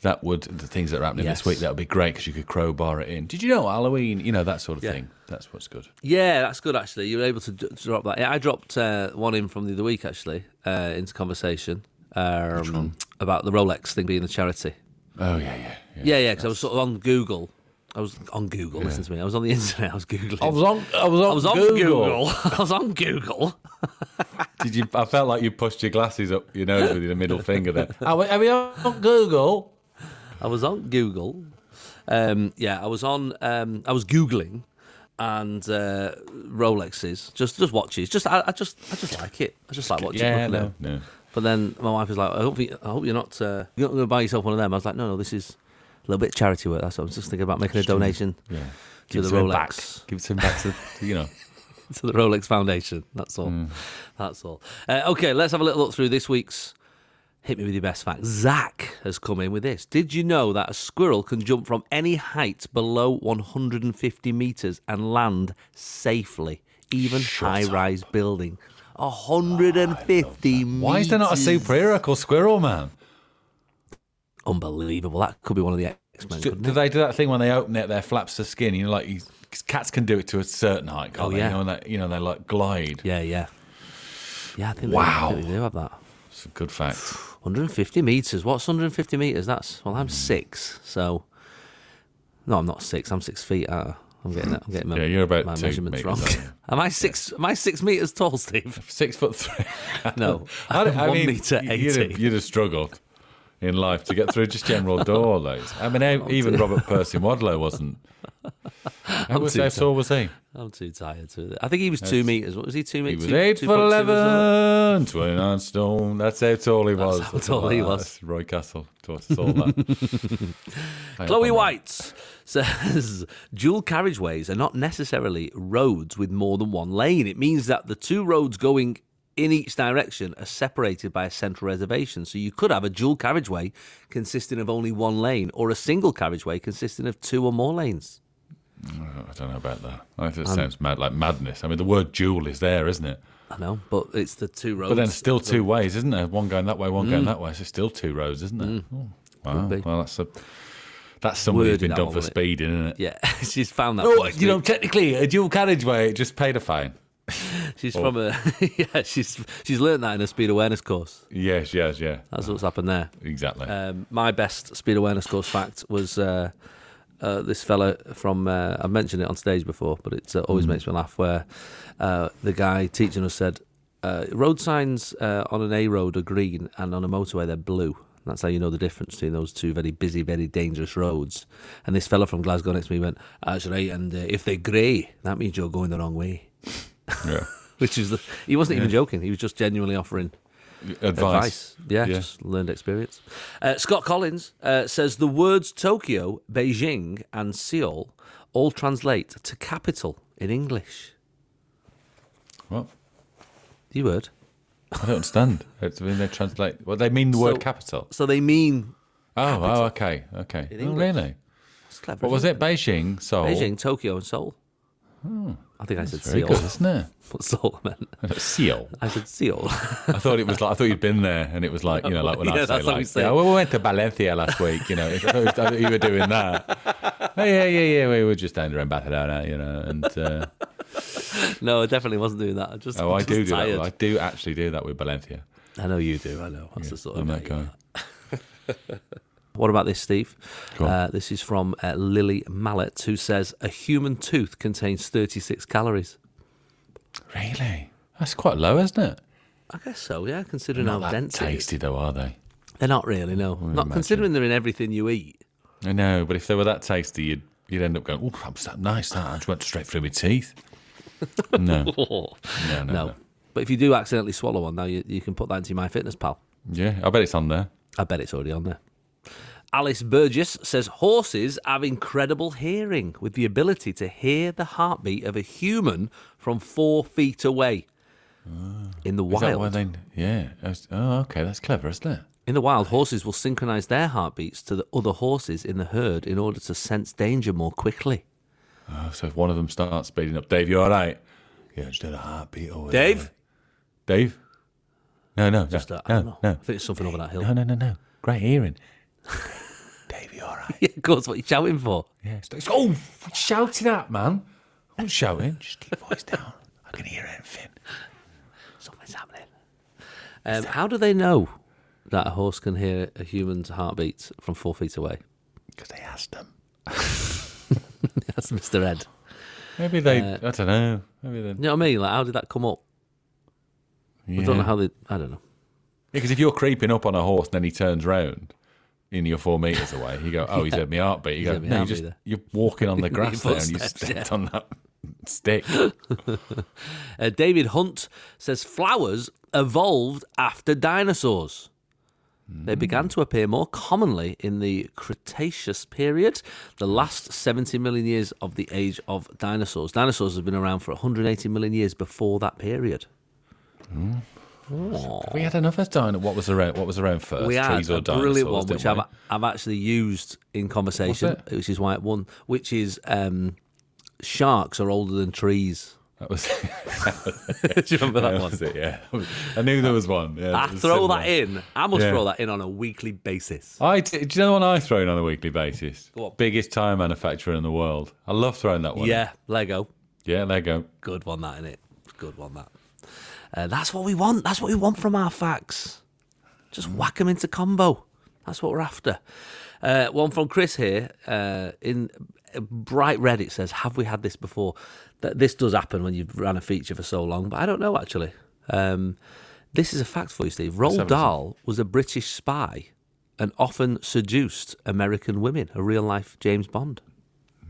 that would the things that are happening Yes. this week that would be great because you could crowbar it in. Did you know Halloween? You know that sort of thing. That's what's good. Yeah, that's good actually. You were able to d- to drop that. Yeah, I dropped uh, one in from the other week actually uh, into conversation um, about the Rolex thing being the charity. Oh yeah, yeah, yeah. Yeah, yeah, because I was sort of on Google. I was on Google. Listen to me. I was on the internet. I was googling. I was on. I was on, I was on Google. Google. I was on Google. Did you? I felt like you pushed your glasses up your nose with your middle finger. There. Are we, are we on Google? I was on Google. Um, yeah, I was on. Um, I was googling and uh, Rolexes, just just watches. Just I, I just I just like it. I just like watching. Yeah, looking at no, them. no. But then my wife was like, I hope, you, I hope you're not uh, you're not going to buy yourself one of them. I was like, no, no, this is a little bit charity work. That's what I was just thinking about making a donation Yeah. to the Give it back. Rolex. Give it back to to, you know. to the Rolex Foundation. That's all. Mm. That's all. Uh, okay, let's have a little look through this week's Hit Me With Your Best Fact. Zach has come in with this. Did you know that a squirrel can jump from any height below 150 metres and land safely, even high rise building? 150 Why is there not a metres. superhero called Squirrel Man? Oh Unbelievable. That could be one of the X Men. Do, do they do that thing when they open it, their flaps of skin? You know, like you, 'cause cats can do it to a certain height, can't Oh, they? yeah. You know, and they, you know, they like glide. Yeah, yeah. Yeah, I think, Wow. they, I think they do have that. It's a good fact. 150 meters. What's 150 meters? That's well, I'm six, so no, I'm not six. I'm six feet. Uh, I'm getting that. I'm getting my, Yeah, you're about my two measurements metres, wrong. aren't you? am I six? Am I six meters tall, Steve? Six foot three. No, I don't- I one mean, meter you'd have- You'd have, eighty. struggled in life to get through just general door loads. I mean, Oh, e- even Robert Percy Wadlow wasn't. How, was, too how tall was he? I'm too tired to. I think he was two meters. What was he? Two He meters. was 8 foot 11, 29 stone. That's how tall he was. how tall he was. That's Roy Castle taught us all that. Hang Chloe on. White says dual carriageways are not necessarily roads with more than one lane. It means that the two roads going in each direction are separated by a central reservation. So you could have a dual carriageway consisting of only one lane or a single carriageway consisting of two or more lanes. I don't know about that. I think it Um, sounds mad, like madness. I mean, the word dual is there, isn't it? I know, but it's the two roads. But then still two ways, isn't there? One going that way, one going that way. So still two roads, isn't there? Oh, wow. Mm. Could be. Well, that's a that's somebody who's Worded been that done one, for wasn't it? speeding, isn't it? Yeah, she's found that. Oh, first you know, week. technically a dual carriageway it just paid a fine. Oh. she's from a yeah. She's she's learned that in a speed awareness course. Yes, yes, yeah. That's what's happened there. Exactly. Um, my best speed awareness course fact was uh, uh, this fella from uh, I mentioned it on stage before, but it uh, always makes me laugh. Where uh, the guy teaching us said, uh, "Road signs uh, on an A road are green, and on a motorway they're blue." That's how you know the difference between those two very busy, very dangerous roads. And this fella from Glasgow next to me went, "That's right, and uh, if they're grey, that means you're going the wrong way." yeah. Which is the, he wasn't even joking; he was just genuinely offering Advice. advice. Yeah, Yeah. just learned experience. Uh, Scott Collins uh, says the words Tokyo, Beijing, and Seoul all translate to capital in English. What? You heard? I don't understand. It's when they translate. Well, they mean the So- word capital. So they mean. Oh, oh, okay, okay. Oh, English. really? That's clever. What was isn't it? Beijing, Seoul. Hmm. Beijing, Tokyo, and Seoul. I think I said Very Seoul. good, isn't it? What Seoul meant? Seal. I said Seoul. I thought it was like I thought you'd been there, and it was like you know, like when Yeah, I say that's what we like, say. yeah, well, we went to Valencia last week. You know, I thought, I thought you were doing that. Oh, yeah, yeah, yeah. We were just down there in Barcelona, you know, and uh, no, I definitely wasn't doing that. I just. oh, I just do do tired. that. I do actually do that with Valencia. I know you do. I know. That's the sort of I'm that guy you guy. are. What about this, Steve? Go on. Uh, this is from uh, Lily Mallet, who says a human tooth contains 36 calories. Really? That's quite low, isn't it? I guess so, yeah, considering how Not that dense it is. tasty though, are they? They're not really, no. Not imagine. considering they're in everything you eat. I know, but if they were that tasty, you'd you'd end up going, "Oh, that was that nice. That I just went straight through my teeth." No, no, no, no, No. But if you do accidentally swallow one, now you, you can put that into my fitness pal. Yeah, I bet it's on there. I bet it's already on there. Alice Burgess says horses have incredible hearing with the ability to hear the heartbeat of a human from four feet away. In the Ah. Is that why wild, they? Yeah. I was- Oh, okay. That's clever, isn't it? In the wild, horses will synchronize their heartbeats to the other horses in the herd in order to sense danger more quickly. Oh, So if one of them starts speeding up, Dave, you all right? Yeah, just did a heartbeat or whatever. Dave? Dave? No, no, Just no, that, I don't no, know. I no, think it's something over that hill. no, no, no, no. Great hearing. Dave, you all right? Yeah, of course, what you shouting for? Yeah. It's like, oh, shouting at man. I'm not shouting. Just keep your voice down. I can hear everything. Something's happening. Um, how do they know that a horse can hear a human's heartbeat from four feet away? Because they asked them. That's Mr. Ed. Maybe they. I don't know. Maybe they. You know what I mean? Like, how did that come up? Yeah. I don't know how they. I don't know. Because if you're creeping up on a horse and then he turns round in your four meters away, you go, "Oh, he's heard me heartbeat." You He's go, heard me "No, you heartbeat just there." you're walking on the grass there and you footsteps, stepped yeah. on that stick." Uh, David Hunt says flowers evolved after dinosaurs. Hmm. They began to appear more commonly in the Cretaceous period, the last 70 million years of the age of dinosaurs. Dinosaurs have been around for 180 million years before that period. we had another dino. What was around? What was around first? we had trees or a brilliant one, dinosaurs, which didn't I've, I've actually used in conversation, What's which is why it won, which is um, sharks are older than trees. we? that was. Do you remember that that one? was it. Yeah, I knew there was one. Yeah, I it was throw similar. that in. I must Yeah. throw that in on a weekly basis. I do you know the one I throw in on a weekly basis? What? Biggest tire manufacturer in the world. I love throwing that one. in. Yeah, Lego. yeah. There you go. Good one, that, innit? Good one, that. Uh, that's what we want. That's what we want from our facts. Just Mm. whack 'em into combo. That's what we're after. Uh, one from Chris here uh, in bright red. It says, "Have we had this before?" That this does happen when you've ran a feature for so long, but I don't know actually. Um, this is a fact for you, Steve. Roald have a listen. Dahl was a British spy and often seduced American women. A real life James Bond.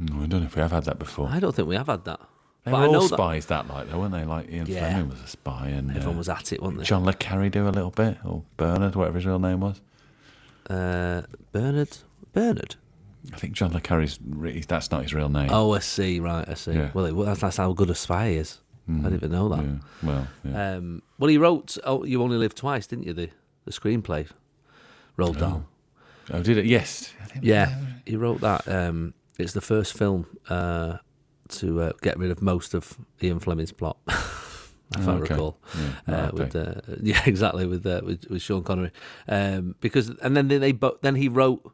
Mm, I don't know if we have had that before. I don't think we have had that. They but were I know all that- spies that, like though, weren't they? Like Ian Yeah. Fleming was a spy, and Everyone uh, was at it, weren't they? John le Carre do a little bit, or Bernard, whatever his real name was. Uh, Bernard. Bernard. I think John le Carre's re- that's not his real name. Oh, I see. Right, I see. Yeah. Well, it, well, that's, that's how good a spy he is. I didn't even know that. Yeah, well, yeah. Um, well, he wrote "Oh, You Only Live Twice," didn't you? The the screenplay, Roald Dahl. oh, did it? Yes, I think- Yeah, he wrote that. Um, it's the first film uh, to uh, get rid of most of Ian Fleming's plot. If I okay. recall, Yeah, uh, not with uh, yeah, exactly with, uh, with with Sean Connery, um, because and then they, they bo- then he wrote.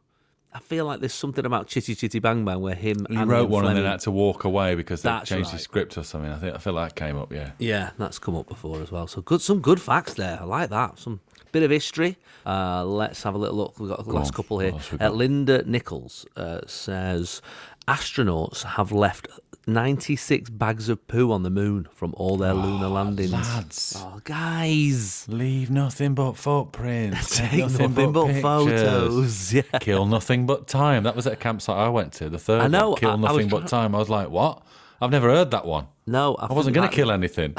I feel like there's something about Chitty Chitty Bang Bang where him He and wrote Ian one and Fleming, then had to walk away because they That's changed right. his script or something. I think I feel like that came up. Yeah, Yeah, that's come up before as well. So good, some good facts there. I like that. Some bit of history. Uh, let's have a little look. We've got the last on, couple what here. else we Uh, got? Linda Nichols uh, says astronauts have left 96 bags of poo on the moon from all their lunar landings. Ah, lads. Oh, guys. Leave nothing but footprints. Take nothing but pictures. photos, yeah. Kill nothing but time. That was at a campsite I went to. The third I know, I- one. I Kill was nothing but trying- time. I was like, what? I've never heard that one. No, I wasn't going to to kill anything.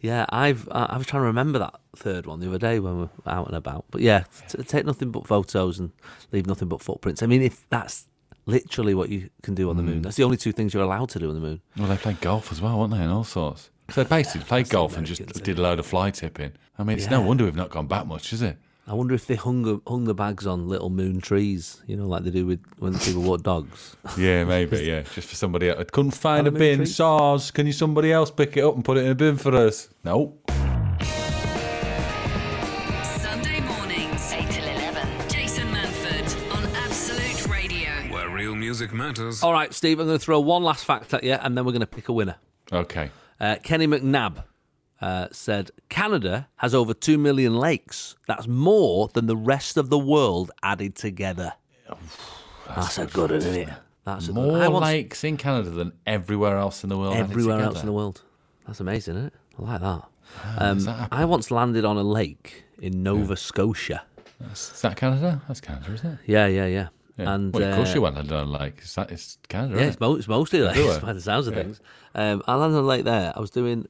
Yeah, I've I I was trying to remember that third one the other day when we were out and about. But yeah, t- take nothing but photos and leave nothing but footprints. I mean, if that's literally what you can do on the moon, that's the only two things you're allowed to do on the moon. Well, they played golf as well, weren't they, and all sorts. So they basically played golf and just Americans, eh? did a load of fly tipping. I mean, it's no Yeah. wonder we've not gone back much, is it? I wonder if they hung the- hung the bags on little moon trees, you know, like they do with when people walk dogs. Yeah, maybe. yeah, just for somebody else. I couldn't find a Animal bin. treat. SARS, can you somebody else pick it up and put it in a bin for us? No. Sunday mornings, 8 till 11. Jason Manford on Absolute Radio. Where real music matters. All right, Steve, I'm going to throw one last fact at you, and then we're going to pick a winner. Okay. Uh, Kenny McNabb uh, said Canada has over two million lakes. That's more than the rest of the world added together. That's, a good, one, isn't it? That's a good one. More I once- lakes in Canada than everywhere else in the world. added everywhere else together. in the world. That's amazing, isn't it? I like that. does that Um, happen? I once landed on a lake in Nova Scotia. That's- Is that Canada? That's Canada, isn't it? Yeah, yeah, yeah. Yeah. And well, of course uh, you went and done a lake. Is that, it's Canada, Yeah, isn't it's, mo- it's mostly like Everywhere. by the sounds of Yeah. things. Um, I landed on a lake there. I was doing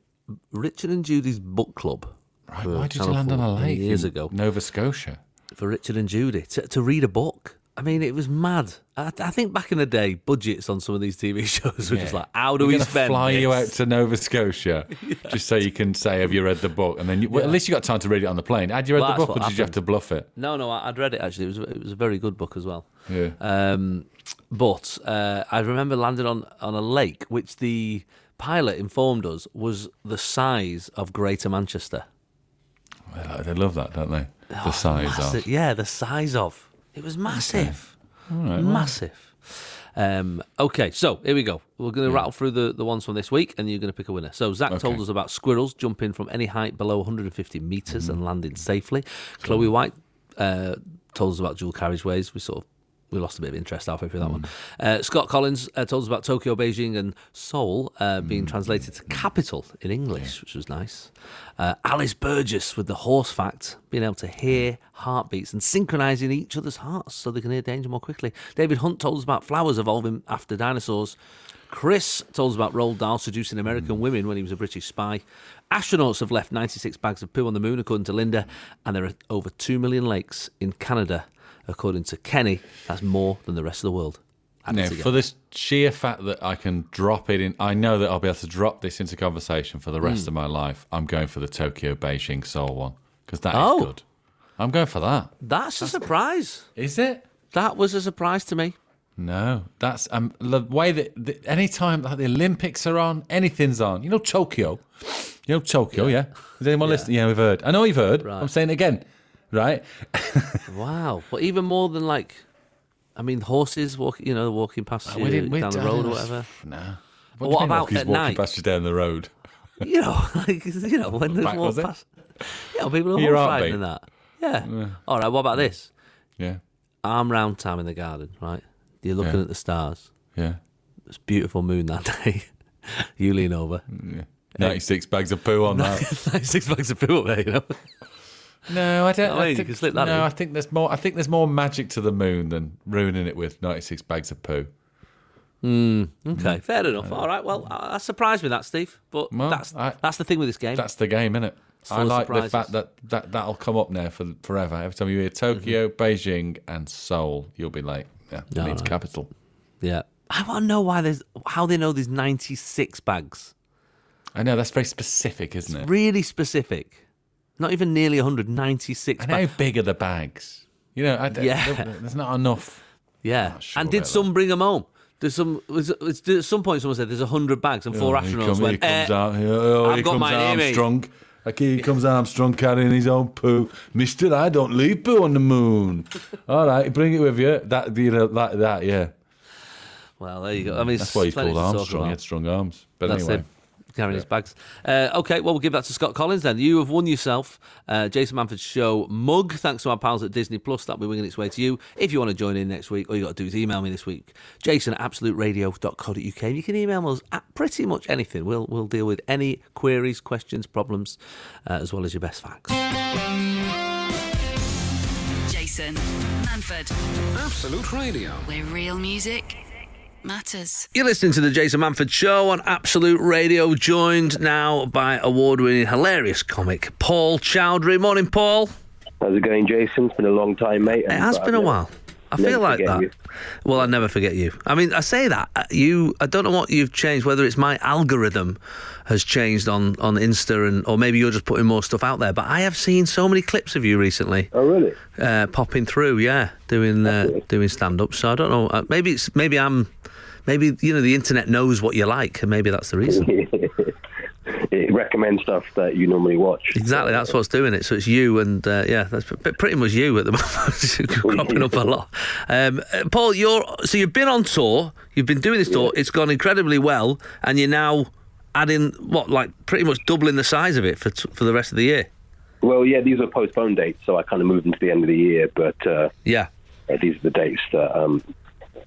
Richard and Judy's book club. it? Right, for why did you Channel land on a 4 many lake years in ago? Nova Scotia? for Richard and Judy to, to read a book. I mean, it was mad. I, I think back in the day, budgets on some of these TV shows were just Yeah. like, how do We're we gonna spend? Fly you out this? to Nova Scotia just so you can say, "Have you read the book?" And then, you, well, at least you got time to read it on the plane. Had you read Well, the that's book, or did what you have to bluff it? No, no, I, I'd read it actually. It was it was a very good book as well. Yeah. Uh, Um, but uh, I remember landed on on a lake, which the pilot informed us was the size of Greater Manchester. They, like- they love that, don't they? The Oh, size massive- of. Yeah, the size of. It was massive. massive. Um, okay, so here we go. We're going to rattle through the, the ones from this week, and you're going to pick a winner. So Zach told Okay. us about squirrels jumping from any height below 150 meters and landing safely. Chloe White uh, told us about dual carriageways. We sort of we lost a bit of interest halfway through that one. Uh, Scott Collins uh, told us about Tokyo, Beijing, and Seoul uh, being translated to capital in English, which was nice. Uh, Alice Burgess with the horse fact, being able to hear heartbeats and synchronizing each other's hearts so they can hear danger more quickly. David Hunt told us about flowers evolving after dinosaurs. Chris told us about Roald Dahl seducing American women when he was a British spy. Astronauts have left 96 bags of poo on the moon, according to Linda, and there are over 2 million lakes in Canada, according to Kenny. That's more than the rest of the world. Happy Now, to get- for this sheer fact that I can drop it in, I know that I'll be able to drop this into conversation for the Hmm. rest of my life. I'm going for the Tokyo, Beijing, Seoul one because that is Oh. good. I'm going for that. That's a surprise. Is it? That was a surprise to me. No, that's um, the way that the, anytime like, the Olympics are on, anything's on. You know Tokyo, you know Tokyo. Yeah, is anyone listening? Yeah, we've heard. I know you've heard. I'm saying it again, right? Wow. But even more than like, I mean, horses walk, you know, walking past you down the road or whatever. No. What, do you mean, about walking- he's at walking night? past you down the road. you know, like you know, when they Back, walk was it? past. Yeah, people are Your horse heartbeat. riding and that. Yeah. All right. What about this? Yeah, Arm round time in the garden, right? You're looking Yeah. at the stars. yeah. It's a beautiful moon that day. you lean over. Ninety-six bags of poo on that. Six bags of poo up there, you know. No, I don't. I mean, you can slip that no, in. I think there's more. I think there's more magic to the moon than ruining it with ninety-six bags of poo. Mm. Okay, fair enough. All right. Well, uh, that surprised me, that Steve. But Well, that's I- that's the thing with this game. That's the game, innit? full I of like the surprises. fact that, that that'll come up now for forever. Every time you hear Tokyo, Beijing, and Seoul, you'll be like, yeah, it Mm-hmm. No, needs no. capital. Yeah. I want to know why there's how they know there's 96 bags. I know that's very specific, isn't it? Really specific. Not even nearly 100, 96 And bags. how big are the bags? You know, I, don't- Yeah. there- there's not enough. Yeah. Not sure and about did that. some bring 'em bring them home? There's some. Was, was, at some point, someone said there's hundred bags, and four Oh, astronauts he come- went. Here comes, "Eh." Ar- oh, I've here got comes mine here, mate. Armstrong. Like, here comes Armstrong carrying his own poo. Mister, I don't leave poo on the moon. All right, bring it with you. That, you know, that, that, yeah. Well, there you go. I mean, Mm, That's why he's plenty to called talk Armstrong. He about. had strong arms. But That's anyway. him carrying his bags. Uh, okay, well, we'll give that to Scott Collins then. You have won yourself uh, Jason Manford's show mug. Thanks to our pals at Disney Plus. That'll be winging its way to you. If you want to join in next week, all you got to do is email me this week, jason at absoluteradio.co.uk. And you can email us at pretty much anything. We'll, we'll deal with any queries, questions, problems, uh, as well as your best facts. Jason Manford, Absolute Radio. where real music matters. You're listening to the Jason Manford Show on Absolute Radio, joined now by award-winning hilarious comic Paul Chowdhury. Morning, Paul. How's it going, Jason? It's been a long time, mate. uh, It has been a while. I never feel like forget that. you. Well, I never forget you. I mean, I say that uh, you. I don't know what you've changed. Whether it's my algorithm has changed on on Insta, and or maybe you're just putting more stuff out there. But I have seen so many clips of you recently Oh, really? uh, popping through. Yeah, doing uh, doing stand up. So I don't know. Uh, maybe it's maybe I'm. Maybe you know the internet knows what you like, and maybe that's the reason. it recommends stuff that you normally watch. Exactly, that's what's doing it. So it's you and uh, yeah, that's p- pretty much you at the moment, cropping up a lot. Um, uh, Paul, you're so you've been on tour, you've been doing this tour, it's gone incredibly well, and you're now adding what like pretty much doubling the size of it for t- for the rest of the year. Well, yeah, these are postponed dates, so I kind of moved them to the end of the year, but uh, Yeah, uh, these are the dates that um,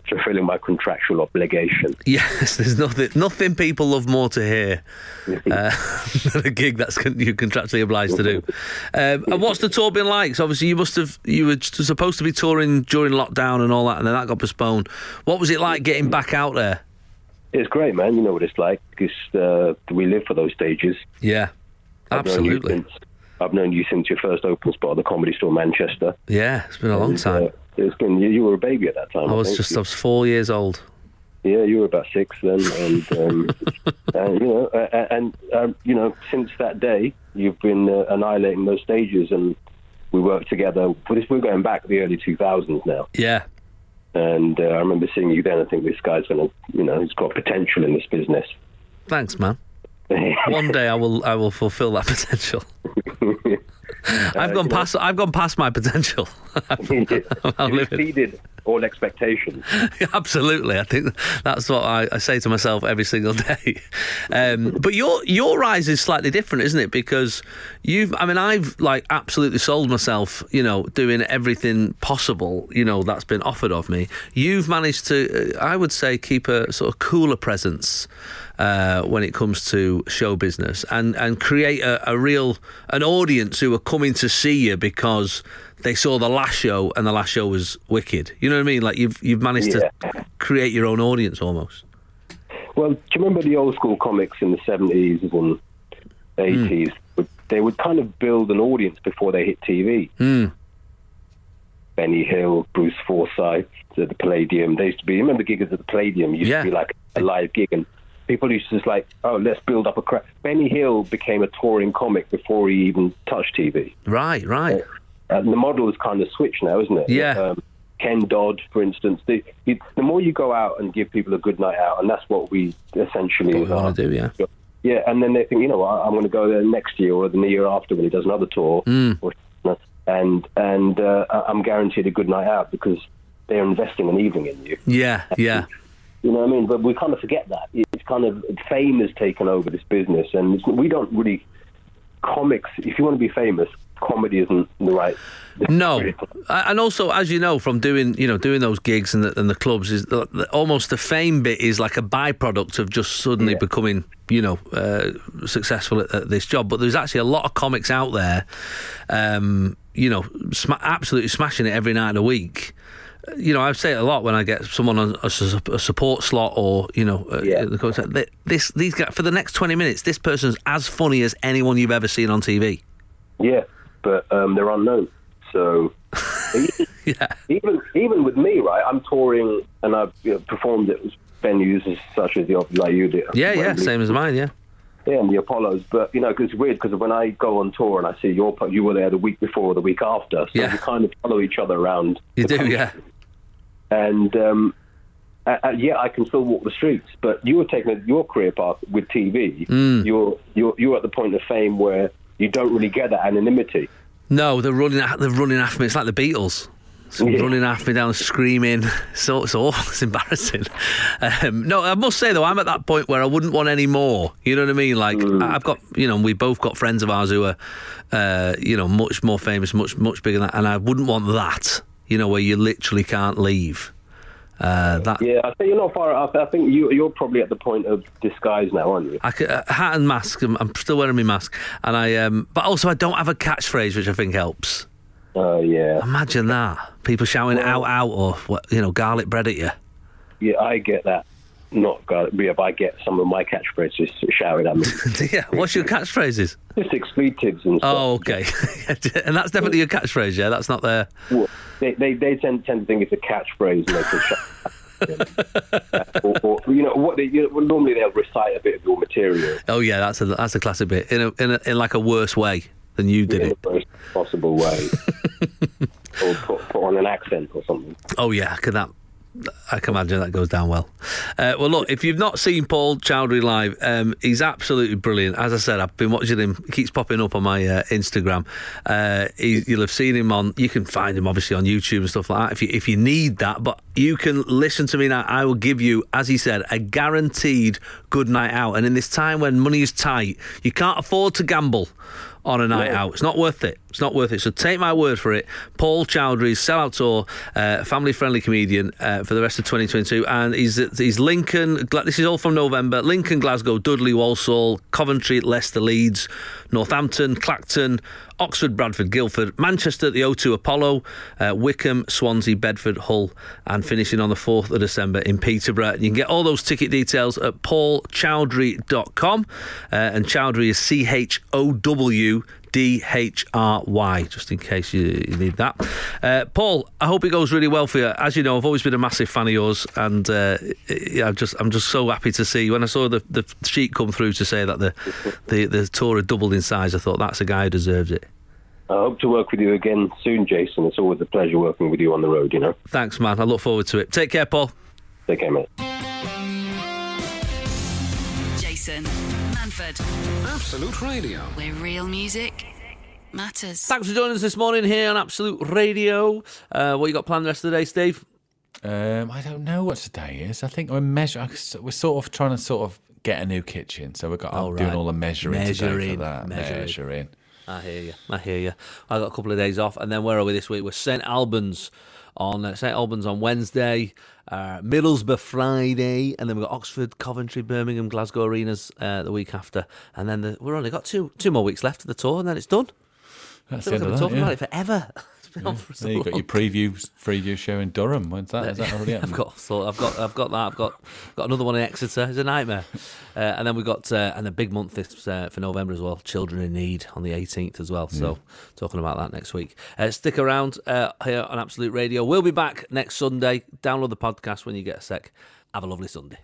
fulfilling my contractual obligation. yes. There's nothing nothing people love more to hear uh, than a gig that's con- you're contractually obliged to do. Um, and what's the tour been like? So obviously you must have you were t- supposed to be touring during lockdown and all that, and then that got postponed. What was it like getting back out there? It's great, man. You know what it's like because uh, we live for those stages. Yeah, I've known, absolutely. you since, I've known you since your first open spot at the Comedy Store, Manchester. Yeah, it's been a long And, uh, time. it's been you, you were a baby at that time. I I was think. just I was four years old. Yeah, you were about six then, and um, and you know, a- a- and um, you know, since that day, you've been uh, annihilating those stages, and we worked together. But this, we're going back to the early two thousands now, Yeah, and uh, I remember seeing you then. I think this guy's going to, you know, he's got potential in this business. Thanks, man. One day I will I will fulfil that potential. I've gone past I've gone past my potential. you exceeded all expectations. Absolutely, I think that's what I, I say to myself every single day. Um, but your your rise is slightly different, isn't it? Because you've, I mean, I've like absolutely sold myself, you know, doing everything possible, you know, that's been offered of me. You've managed to, uh, I would say, keep a sort of cooler presence uh, when it comes to show business and and create a, a real an audience who are coming to see you because they saw the last show and the last show was wicked. You know what I mean? Like you've you've managed Yeah. to create your own audience almost. Well, do you remember the old school comics in the 70s and 80s? Would- They would kind of build an audience before they hit TV. Benny Hill, Bruce Forsyth at the Palladium. They used to be, you remember gigs at the Palladium used Yeah. to be like a live gig and people used to just like, oh, let's build up a crowd. Benny Hill became a touring comic before he even touched TV. Right, right. Uh, the model is kind of switched now, isn't it? Yeah. Um, Ken Dodd, for instance, the, you, the more you go out and give people a good night out, and that's what we essentially What we want to do, yeah. yeah, and then they think, you know, what, I'm going to go there next year or the year after when he does another tour, or, and and uh, I- I'm guaranteed a good night out because they're investing an evening in you. Yeah, yeah. You know what I mean? But we kind of forget that. It's kind of fame has taken over this business, and it's, we don't really comics. If you want to be famous, comedy isn't the right. No, A- and also as you know from doing you know doing those gigs and the, and the clubs is the, the- almost the fame bit is like a byproduct of just suddenly Yeah. becoming you know uh, successful at, at this job. But there's actually a lot of comics out there, um, you know, sma- absolutely smashing it every night of the week. You know, I say it a lot when I get someone on a, su- a support slot or you know, uh, Yeah. the coach, "Th- this these guys, for the next twenty minutes, this person's as funny as anyone you've ever seen on TV. Yeah, but um, they're unknown. So Yeah, even even with me, right? I'm touring and I've you know, performed at venues as such as the like you did. yeah, yeah. Wembley. Same as mine. Yeah. Yeah, and the Apollos. But you know, 'cause it's weird because when I go on tour and I see your po- you were there the week before or the week after, so Yeah. we kind of follow each other around. You the do, country. yeah. And um, uh, uh, yeah, I can still walk the streets. But you were taking a, your career path with TV. Mm. You're you're you're at the point of fame where you don't really get that anonymity. No, they're running. They're running after me. It's like the Beatles. So Yeah. Running after me down, screaming. So it's awful. It's embarrassing. Um, no, I must say though, I'm at that point where I wouldn't want any more. You know what I mean? Like Mm. I- I've got, you know, we both got friends of ours who are, uh, you know, much more famous, much much bigger than that, and I wouldn't want that. You know, where you literally can't leave. Uh, that Yeah, I think you're not far. off. I think you you're probably at the point of disguise now, aren't you? I c- uh, hat and mask. I'm, I'm still wearing my mask, and I. Um, but also, I don't have a catchphrase, which I think helps. Oh yeah, Imagine that. People shouting out, out, or, what- you know, garlic bread at you. yeah. I get that. Not God, yeah, but I get some of my catchphrases shouted at me. yeah, what's your catchphrases? Just expletives and stuff. Oh, okay. and that's definitely your catchphrase, yeah? That's not there. Well, they, they, they tend, tend to think it's a catchphrase and they can shut or, or, you know, what they, you know, well, normally they'll recite a bit of your material Oh, yeah, that's a, that's a classic bit. In, a, in, a, in like a worse way than you did in it. the worst possible way. or put, put on an accent or something. Oh yeah, can that? I can imagine that goes down well. Uh, well, look, if you've not seen Paul Chowdhury live, um, he's absolutely brilliant. As I said, I've been watching him; he keeps popping up on my uh, Instagram. Uh, he, you'll have seen him on. You can find him obviously on YouTube and stuff like that. If you if you need that, but you can listen to me now. I will give you, as he said, a guaranteed good night out. And in this time when money is tight, you can't afford to gamble on a night out. It's not worth it. It's not worth it. So take my word for it. Paul Chowdhury's sellout tour, uh, family friendly comedian uh, for the rest of 2022, and he's at- he's Lincoln. Gla- This is all from November. Lincoln, Glasgow, Dudley, Walsall, Coventry, Leicester, Leeds, Northampton, Clacton. Oxford, Bradford, Guildford, Manchester, the O2 Apollo, uh, Wickham, Swansea, Bedford, Hull, and finishing on the 4th of December in Peterborough. You can get all those ticket details at paulchowdhury.com, uh, and Chowdhury is C H O W D H R Y, just in case you, you need that. Uh, Paul, I hope it goes really well for you. As you know, I've always been a massive fan of yours, and uh, I- I'm just I'm just so happy to see. When I saw the, the sheet come through to say that the, the the tour had doubled in size, I thought that's a guy who deserves it. I hope to work with you again soon, Jason. It's always a pleasure working with you on the road, you know. Thanks, man. I look forward to it. Take care, Paul. Take care, mate. Jason Manford, Absolute Radio. where real music matters. Thanks for joining us this morning here on Absolute Radio. Uh, what you got planned the rest of the day, Steve? Um, I don't know what today is. I think we're measuring. We're sort of trying to sort of get a new kitchen, so we've got I'm Oh, doing right. all the measuring, today Measuring, for that. measuring. measuring. I hear you. I hear you. I got a couple of days off, and then where are we this week? We're St Albans on uh, St Albans on Wednesday, uh, Middlesbrough Friday, and then we've got Oxford, Coventry, Birmingham, Glasgow arenas uh, the week after, and then the, we're only got two two more weeks left of the tour, and then it's done. Feels That's the like end we're of that. talking Yeah. about it forever. It's been on for so There you got long. your preview preview show in Durham. When's that? Is that already I've happened? got so I've got I've got that I've got got another one in Exeter. It's a nightmare, uh, and then we got uh, and a big month this uh, for November as well. Children in Need on the 18th as well. So talking about that next week. Uh, stick around uh, here on Absolute Radio. We'll be back next Sunday. Download the podcast when you get a sec. Have a lovely Sunday.